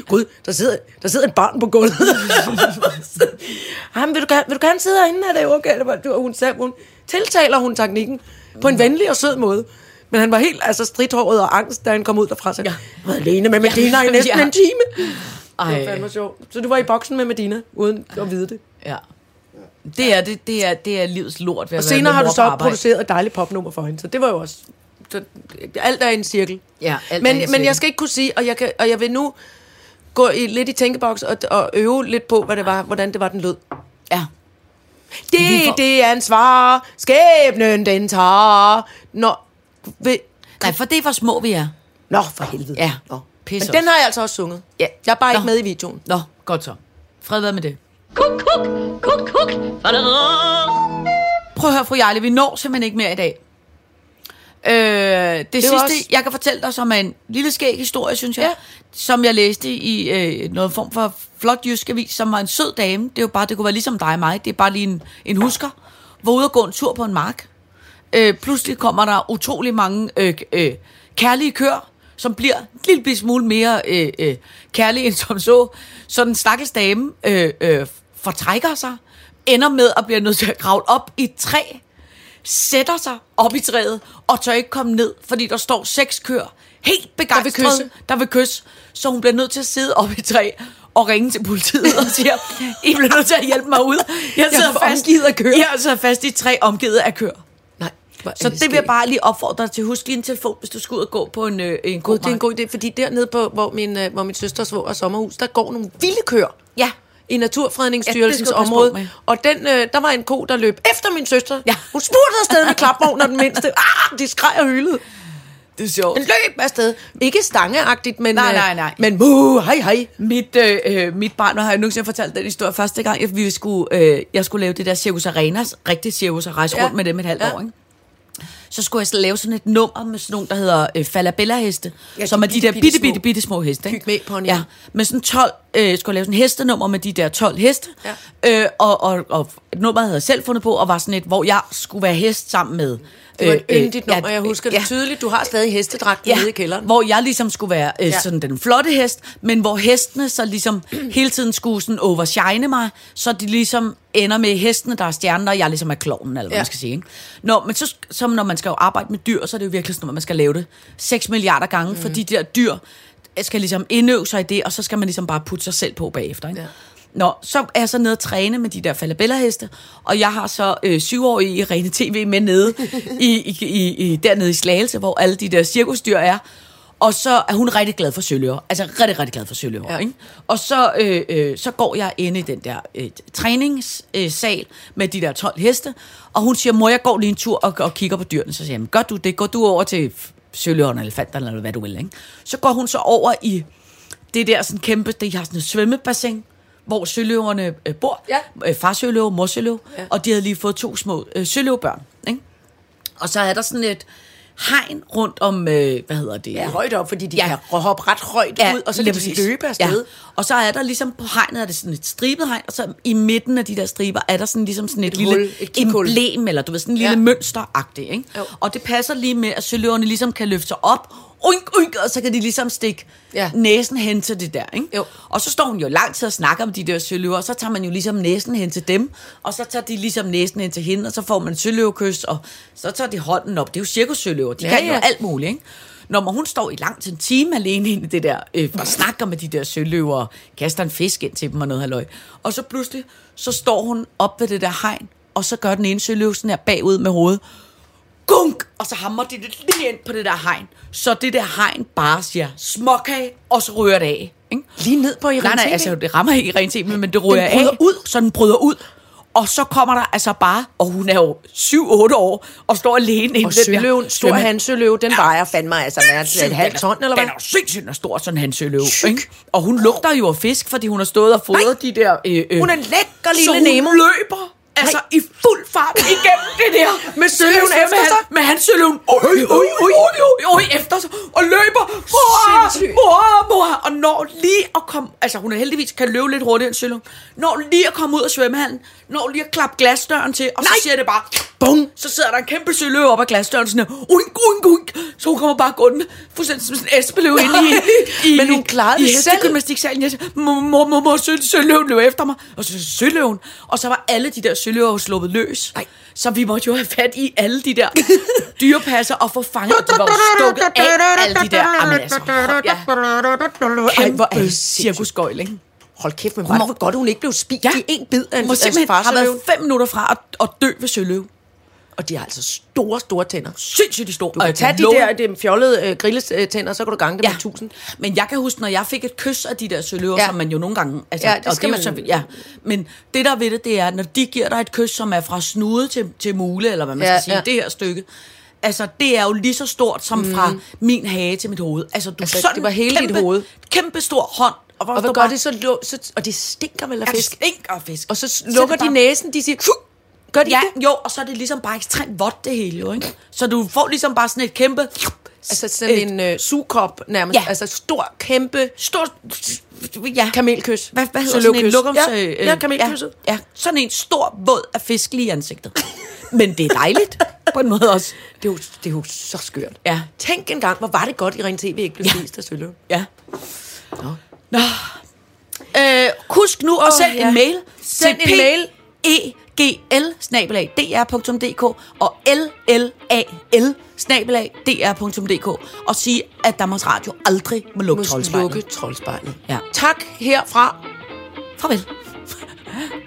S3: Gud, der sidder, der sidder et barn på <laughs> gulvet. Jamen, vil du, gerne, vil du gerne sidde herinde? Er det okay? Det var, det var, hun, sagde, hun tiltaler hun teknikken på en venlig og sød måde. Men han var helt altså stridthåret og angst, da han kom ud derfra. Så ja. var alene med Medina ja. i næsten
S4: Ja.
S3: ja. en time. Det var
S4: Ej.
S3: fandme sjovt. Så du var i boksen med Medina, uden at vide det.
S4: Ja. Det er, det, det er, det er livets lort ved
S3: Og
S4: at være med
S3: senere har
S4: mor
S3: du
S4: på
S3: så
S4: arbejde.
S3: produceret et dejligt popnummer for hende, så det var jo også... Så, alt er i en cirkel.
S4: Ja, alt er i en
S3: men, men
S4: cirkel.
S3: jeg skal ikke kunne sige, og jeg, kan, og jeg vil nu gå i, lidt i tænkeboks og, og øve lidt på, hvad det var, hvordan det var, den lød.
S4: Ja. Vi får-
S3: Det, det er ansvar, skæbnen den tager. Nå, ved,
S4: Nej, for det er, hvor små vi er.
S3: nå for helvede.
S4: Ja.
S3: Nå. Men
S4: Pisse
S3: den
S4: os.
S3: har jeg altså også sunget.
S4: Ja.
S3: Jeg er bare ikke
S4: Nå.
S3: med i videoen.
S4: Nå, godt så. Fred, hvad med det?
S2: Kuk, kuk, kuk, kuk.
S4: Prøv at høre, fru Jarle, vi når simpelthen ikke mere i dag. Øh, det, det sidste,
S3: var
S4: også...
S3: også-
S4: jeg kan fortælle dig, som er en lille skæg historie, synes jeg, ja.
S3: Ja.
S4: som jeg læste i øh, noget form for flot jysk avis, som var en sød dame. Det, er jo bare, det kunne være ligesom dig og mig. Det er bare lige en, en husker. Var ude og gå en tur på en mark. Øh, pludselig kommer der utrolig mange øh, øh, kærlige køer, som bliver en lille bitte smule mere øh, øh, kærlige end som så. Så den stakkels dame øh, øh, fortrækker sig, ender med at blive nødt til at kravle op i et træ sætter sig op i træet og tør ikke komme ned, fordi der står seks køer, helt begejstrede, der vil, kysse.
S3: kysse.
S4: der vil kysse. Så hun bliver nødt til at sidde op i træ og ringe til politiet og siger, I bliver nødt til at hjælpe mig ud. Jeg sidder
S3: var
S4: fast,
S3: omgivet af køer."
S4: Jeg sidder fast i træ, omgivet af køer.
S3: Nej. hvor er
S4: Så det vil jeg bare lige opfordre dig til. Husk lige en telefon, hvis du skal ud og gå på en, øh, en god
S3: God, det er en god idé, fordi dernede på, hvor min, øh, hvor min søster svor og sommerhus, der går nogle vilde køer.
S4: Ja.
S3: I
S4: Ja, det
S3: Naturfredningsstyrelsens
S4: skal
S3: ja,
S4: du passe på med.
S3: område. Og den, øh, der var en ko, der løb efter min søster.
S4: Ja.
S3: Hun spurgte afsted med klapvogn og den
S4: <laughs>
S3: mindste. Ah, de skreg og hylede.
S4: Det er sjovt.
S3: Den løb afsted. Ikke stangeagtigt, men...
S4: Nej,
S3: øh,
S4: nej, nej.
S3: Men muh, hej, hej.
S4: Mit, øh, øh, mit barn, og har jeg nogensinde fortalt den historie første gang, jeg, vi skulle, øh, jeg skulle lave det der Circus Arenas, rigtig cirkus, og rejse ja.
S3: Ja.
S4: rundt med dem et halvt ja.
S3: Ja.
S4: år, ikke? Så skulle jeg så lave sådan et nummer med sådan nogle, der hedder øh, falabella-heste, ja,
S3: de
S4: som er de
S3: bitte,
S4: der
S3: bitte
S4: bitte,
S3: små.
S4: bitte, bitte små heste. ikke?
S3: Pygmæpony.
S4: Ja, med sådan 12, øh, skulle jeg lave sådan et hestenummer med de der 12 heste, ja. øh, og, og, og nummeret havde jeg selv fundet på, og var sådan et, hvor jeg skulle være hest sammen med...
S3: Det var et
S4: øh, øh,
S3: yndigt nummer, jeg husker det tydeligt. Du har stadig hestedragt nede i kælderen.
S4: hvor jeg ligesom skulle være øh, ja.
S3: Ja.
S4: sådan den flotte hest, men hvor hestene så ligesom <clears throat> hele tiden skulle sådan overshine mig, så de ligesom ender med hestene, der er stjerner, og jeg ligesom er kloven, eller hvad ja.
S3: Ja.
S4: man skal sige. Ikke? Nå, men så, som når man skal jo arbejde med dyr, så er det jo virkelig sådan, at man skal lave det 6 milliarder gange, mm. for de der dyr skal ligesom indøve sig i det, og så skal man ligesom bare putte sig selv på bagefter. Ikke? Ja.
S3: Ja.
S4: Nå, så er jeg så nede og træne med de der falabella-heste, og jeg har så øh, syvårige Irene TV med <laughs> nede i, i, i, i, dernede i Slagelse, hvor alle de der cirkusdyr er. Og så er hun rigtig glad for sølvøver. Altså rigtig, rigtig glad for sølvøver. Ja.
S3: Ja.
S4: Ikke? Og så, øh, øh, så går jeg ind i den der øh, træningssal med de der 12 heste, og hun siger, mor, jeg går lige en tur og, og kigger på dyrene. Så siger jeg, "Jamen, gør du det? Går du over til sølvøveren, elefanterne, eller hvad du vil. Ikke? Så går hun så over i det der sådan kæmpe, det har sådan et svømmebassin, hvor søløverne øh, bor.
S3: Ja.
S4: Øh, far søløve, mor søløve. Ja.
S3: Ja.
S4: Og de havde lige fået to små øh, søløvebørn. Ikke? Og så er der sådan et hegn rundt om, øh, hvad hedder det?
S3: Ja, højt op, fordi de
S4: Ja.
S3: ja. kan hoppe ret højt ja, ud, og så
S4: lige
S3: kan de
S4: præcis.
S3: løbe afsted. Ja.
S4: Og så er der ligesom på hegnet, er det sådan et stribet hegn, og så i midten af de der striber, er der sådan ligesom sådan et, et lille
S3: hul, et kikhul.
S4: emblem, eller du ved, sådan en lille ja.
S3: Ja.
S4: mønsteragtigt, ikke?
S3: Jo.
S4: Og det passer lige med, at søløverne ligesom kan løfte sig op, oink, oink, og så kan de ligesom stikke ja.
S3: Ja.
S4: næsen hen til det der, ikke?
S3: Jo.
S4: Og så står hun jo lang tid og snakker om de der søløver, og så tager man jo ligesom næsen hen til dem, og så tager de ligesom næsen hen til hende, og så får man en søløvekys, og så tager de hånden op. Det er jo cirkussøløver, de ja,
S3: Ja,
S4: kan ja. jo
S3: ja.
S4: alt muligt, ikke? Når man, hun står i langt en time alene inde i det der, øh,
S3: Mm.
S4: og snakker med de der søløver, og kaster en fisk ind til dem og noget halløj. Og så pludselig, så står hun op ved det der hegn, og så gør den ene søløve sådan her bagud med hovedet. Gunk! Og så hammer de det lige ind på det der hegn. Så det der hegn bare siger, småkage, og så rører det af. Ikke?
S3: Lige ned på Irene
S4: Nej, nej,
S3: TV.
S4: altså det rammer ikke i rent men det rører af.
S3: bryder
S4: ud. Så den bryder ud. Og så kommer der altså bare, og hun er jo 7-8 år, og står alene inde
S3: Og søløven, stor handsøløve, den vejer fandme altså hvad er det, et halvt ton, eller hvad?
S4: Ah, Den er jo sindssygt den er stor, sådan en søløve. Ikke? Og hun lugter jo af fisk, fordi hun har stået og fodret de der... Øh, øh.
S3: Hun er en lækker
S4: så
S3: lille
S4: hun
S3: Nemo.
S4: løber altså Nej. i fuld fart igennem det der.
S3: <laughs> Med søløven
S4: Seriøst,
S3: efter
S4: med
S3: sig?
S4: Han, med hans søløven. Oj, oj, oj, oj, oj, oj, efter sig. Og løber. Mor,
S3: Sindssygt.
S4: mor, mor. Og når lige at komme... Altså, hun er heldigvis kan løbe lidt hurtigere end søløven. Når lige at komme ud af svømmehallen. Når lige at klappe glasdøren til. Og Nej.
S3: Nej.
S4: så siger det bare...
S3: Bum!
S4: Så sidder der en kæmpe søløve op ad glasdøren, sådan her, unk, unk, unk. Så hun kommer bare gående, fuldstændig som sådan en espeløve inde i, i,
S3: Men hun klarede
S4: i
S3: det selv.
S4: hestegymnastiksalen. Jeg siger, mor, mor, mor, mor, sø, søløven løb efter mig. Og så søløven. Og så var alle de der søløver jo sluppet løs.
S3: Ej.
S4: Så vi måtte jo have fat i alle de der dyrepasser og få fanget. Og de var jo stukket af alle de der. Jamen altså, hold- ja.
S3: Ej, hvor er
S4: Kæmpe
S3: det sindssygt.
S4: cirkusgøjl, ikke?
S3: Hold kæft, men var det
S4: må-
S3: hvor godt, hun ikke blev spist
S4: Ja.
S3: i en bid af en
S4: Hun var simpelthen
S3: af
S4: har
S3: farsøløven.
S4: været fem minutter fra at, at dø ved søløve.
S3: Og de har altså store, store tænder.
S4: Sindssygt de store.
S3: Du kan tage de der de fjollede øh, grillestænder, så kan du gange dem ja. med tusind.
S4: Men jeg kan huske, når jeg fik et kys af de der søløver, ja.
S3: Ja.
S4: som man jo nogle gange... Altså,
S3: Ja, det skal
S4: og det er jo
S3: man-
S4: Så, ja. Men det, der er ved det, det er, når de giver dig et kys, som er fra snude til, til mule, eller hvad man
S3: Ja,
S4: skal sige,
S3: ja.
S4: det her stykke, altså, det er jo lige så stort som mm. fra min hage til mit hoved. Altså, du
S3: Altså,
S4: sådan
S3: det var hele dit
S4: kæmpe,
S3: hoved.
S4: Kæmpe stor hånd. hvor
S3: Og
S4: du
S3: hvad gør
S4: bare-
S3: det så, lå, så? Og de stinker vel af
S4: Ja, det
S3: fisk.
S4: stinker af fisk.
S3: Og så lukker
S4: det bare-
S3: de næsen, de siger... "Fuh!" Gør de
S4: Ja,
S3: det?
S4: jo, og så er det ligesom bare ekstremt vådt det hele, jo, ikke? Så du får ligesom bare sådan et kæmpe...
S3: Altså sådan
S4: et
S3: en øh, sugekop nærmest.
S4: Ja.
S3: Ja. Altså stor, kæmpe
S4: Stort... Ja.
S3: kamelkys.
S4: Hvad, hvad hedder sådan
S3: Søløvkys.
S4: en lukkums...
S3: Ja,
S4: øh,
S3: ja kamelkysset.
S4: Ja, ja, sådan en stor våd af fisk lige i ansigtet. Men det er dejligt, <laughs> på en måde også.
S3: Det, er jo, det er jo så skørt.
S4: Ja.
S3: Tænk engang, hvor var det godt, i Ren TV ikke blev
S4: Ja.
S3: spist af Søløv.
S4: Ja. Nå. Nå. Øh, husk nu at oh,
S3: Åh,
S4: sende ja.
S3: ja.
S4: en mail
S3: Send
S4: til
S3: en mail.
S4: e g l snabelag dr.dk og l l a l snabelag dr.dk og sige, at Danmarks Radio aldrig må lukke
S3: Må
S4: troldspejlet.
S3: slukke troldspejlet.
S4: Ja.
S3: Tak herfra.
S4: Farvel.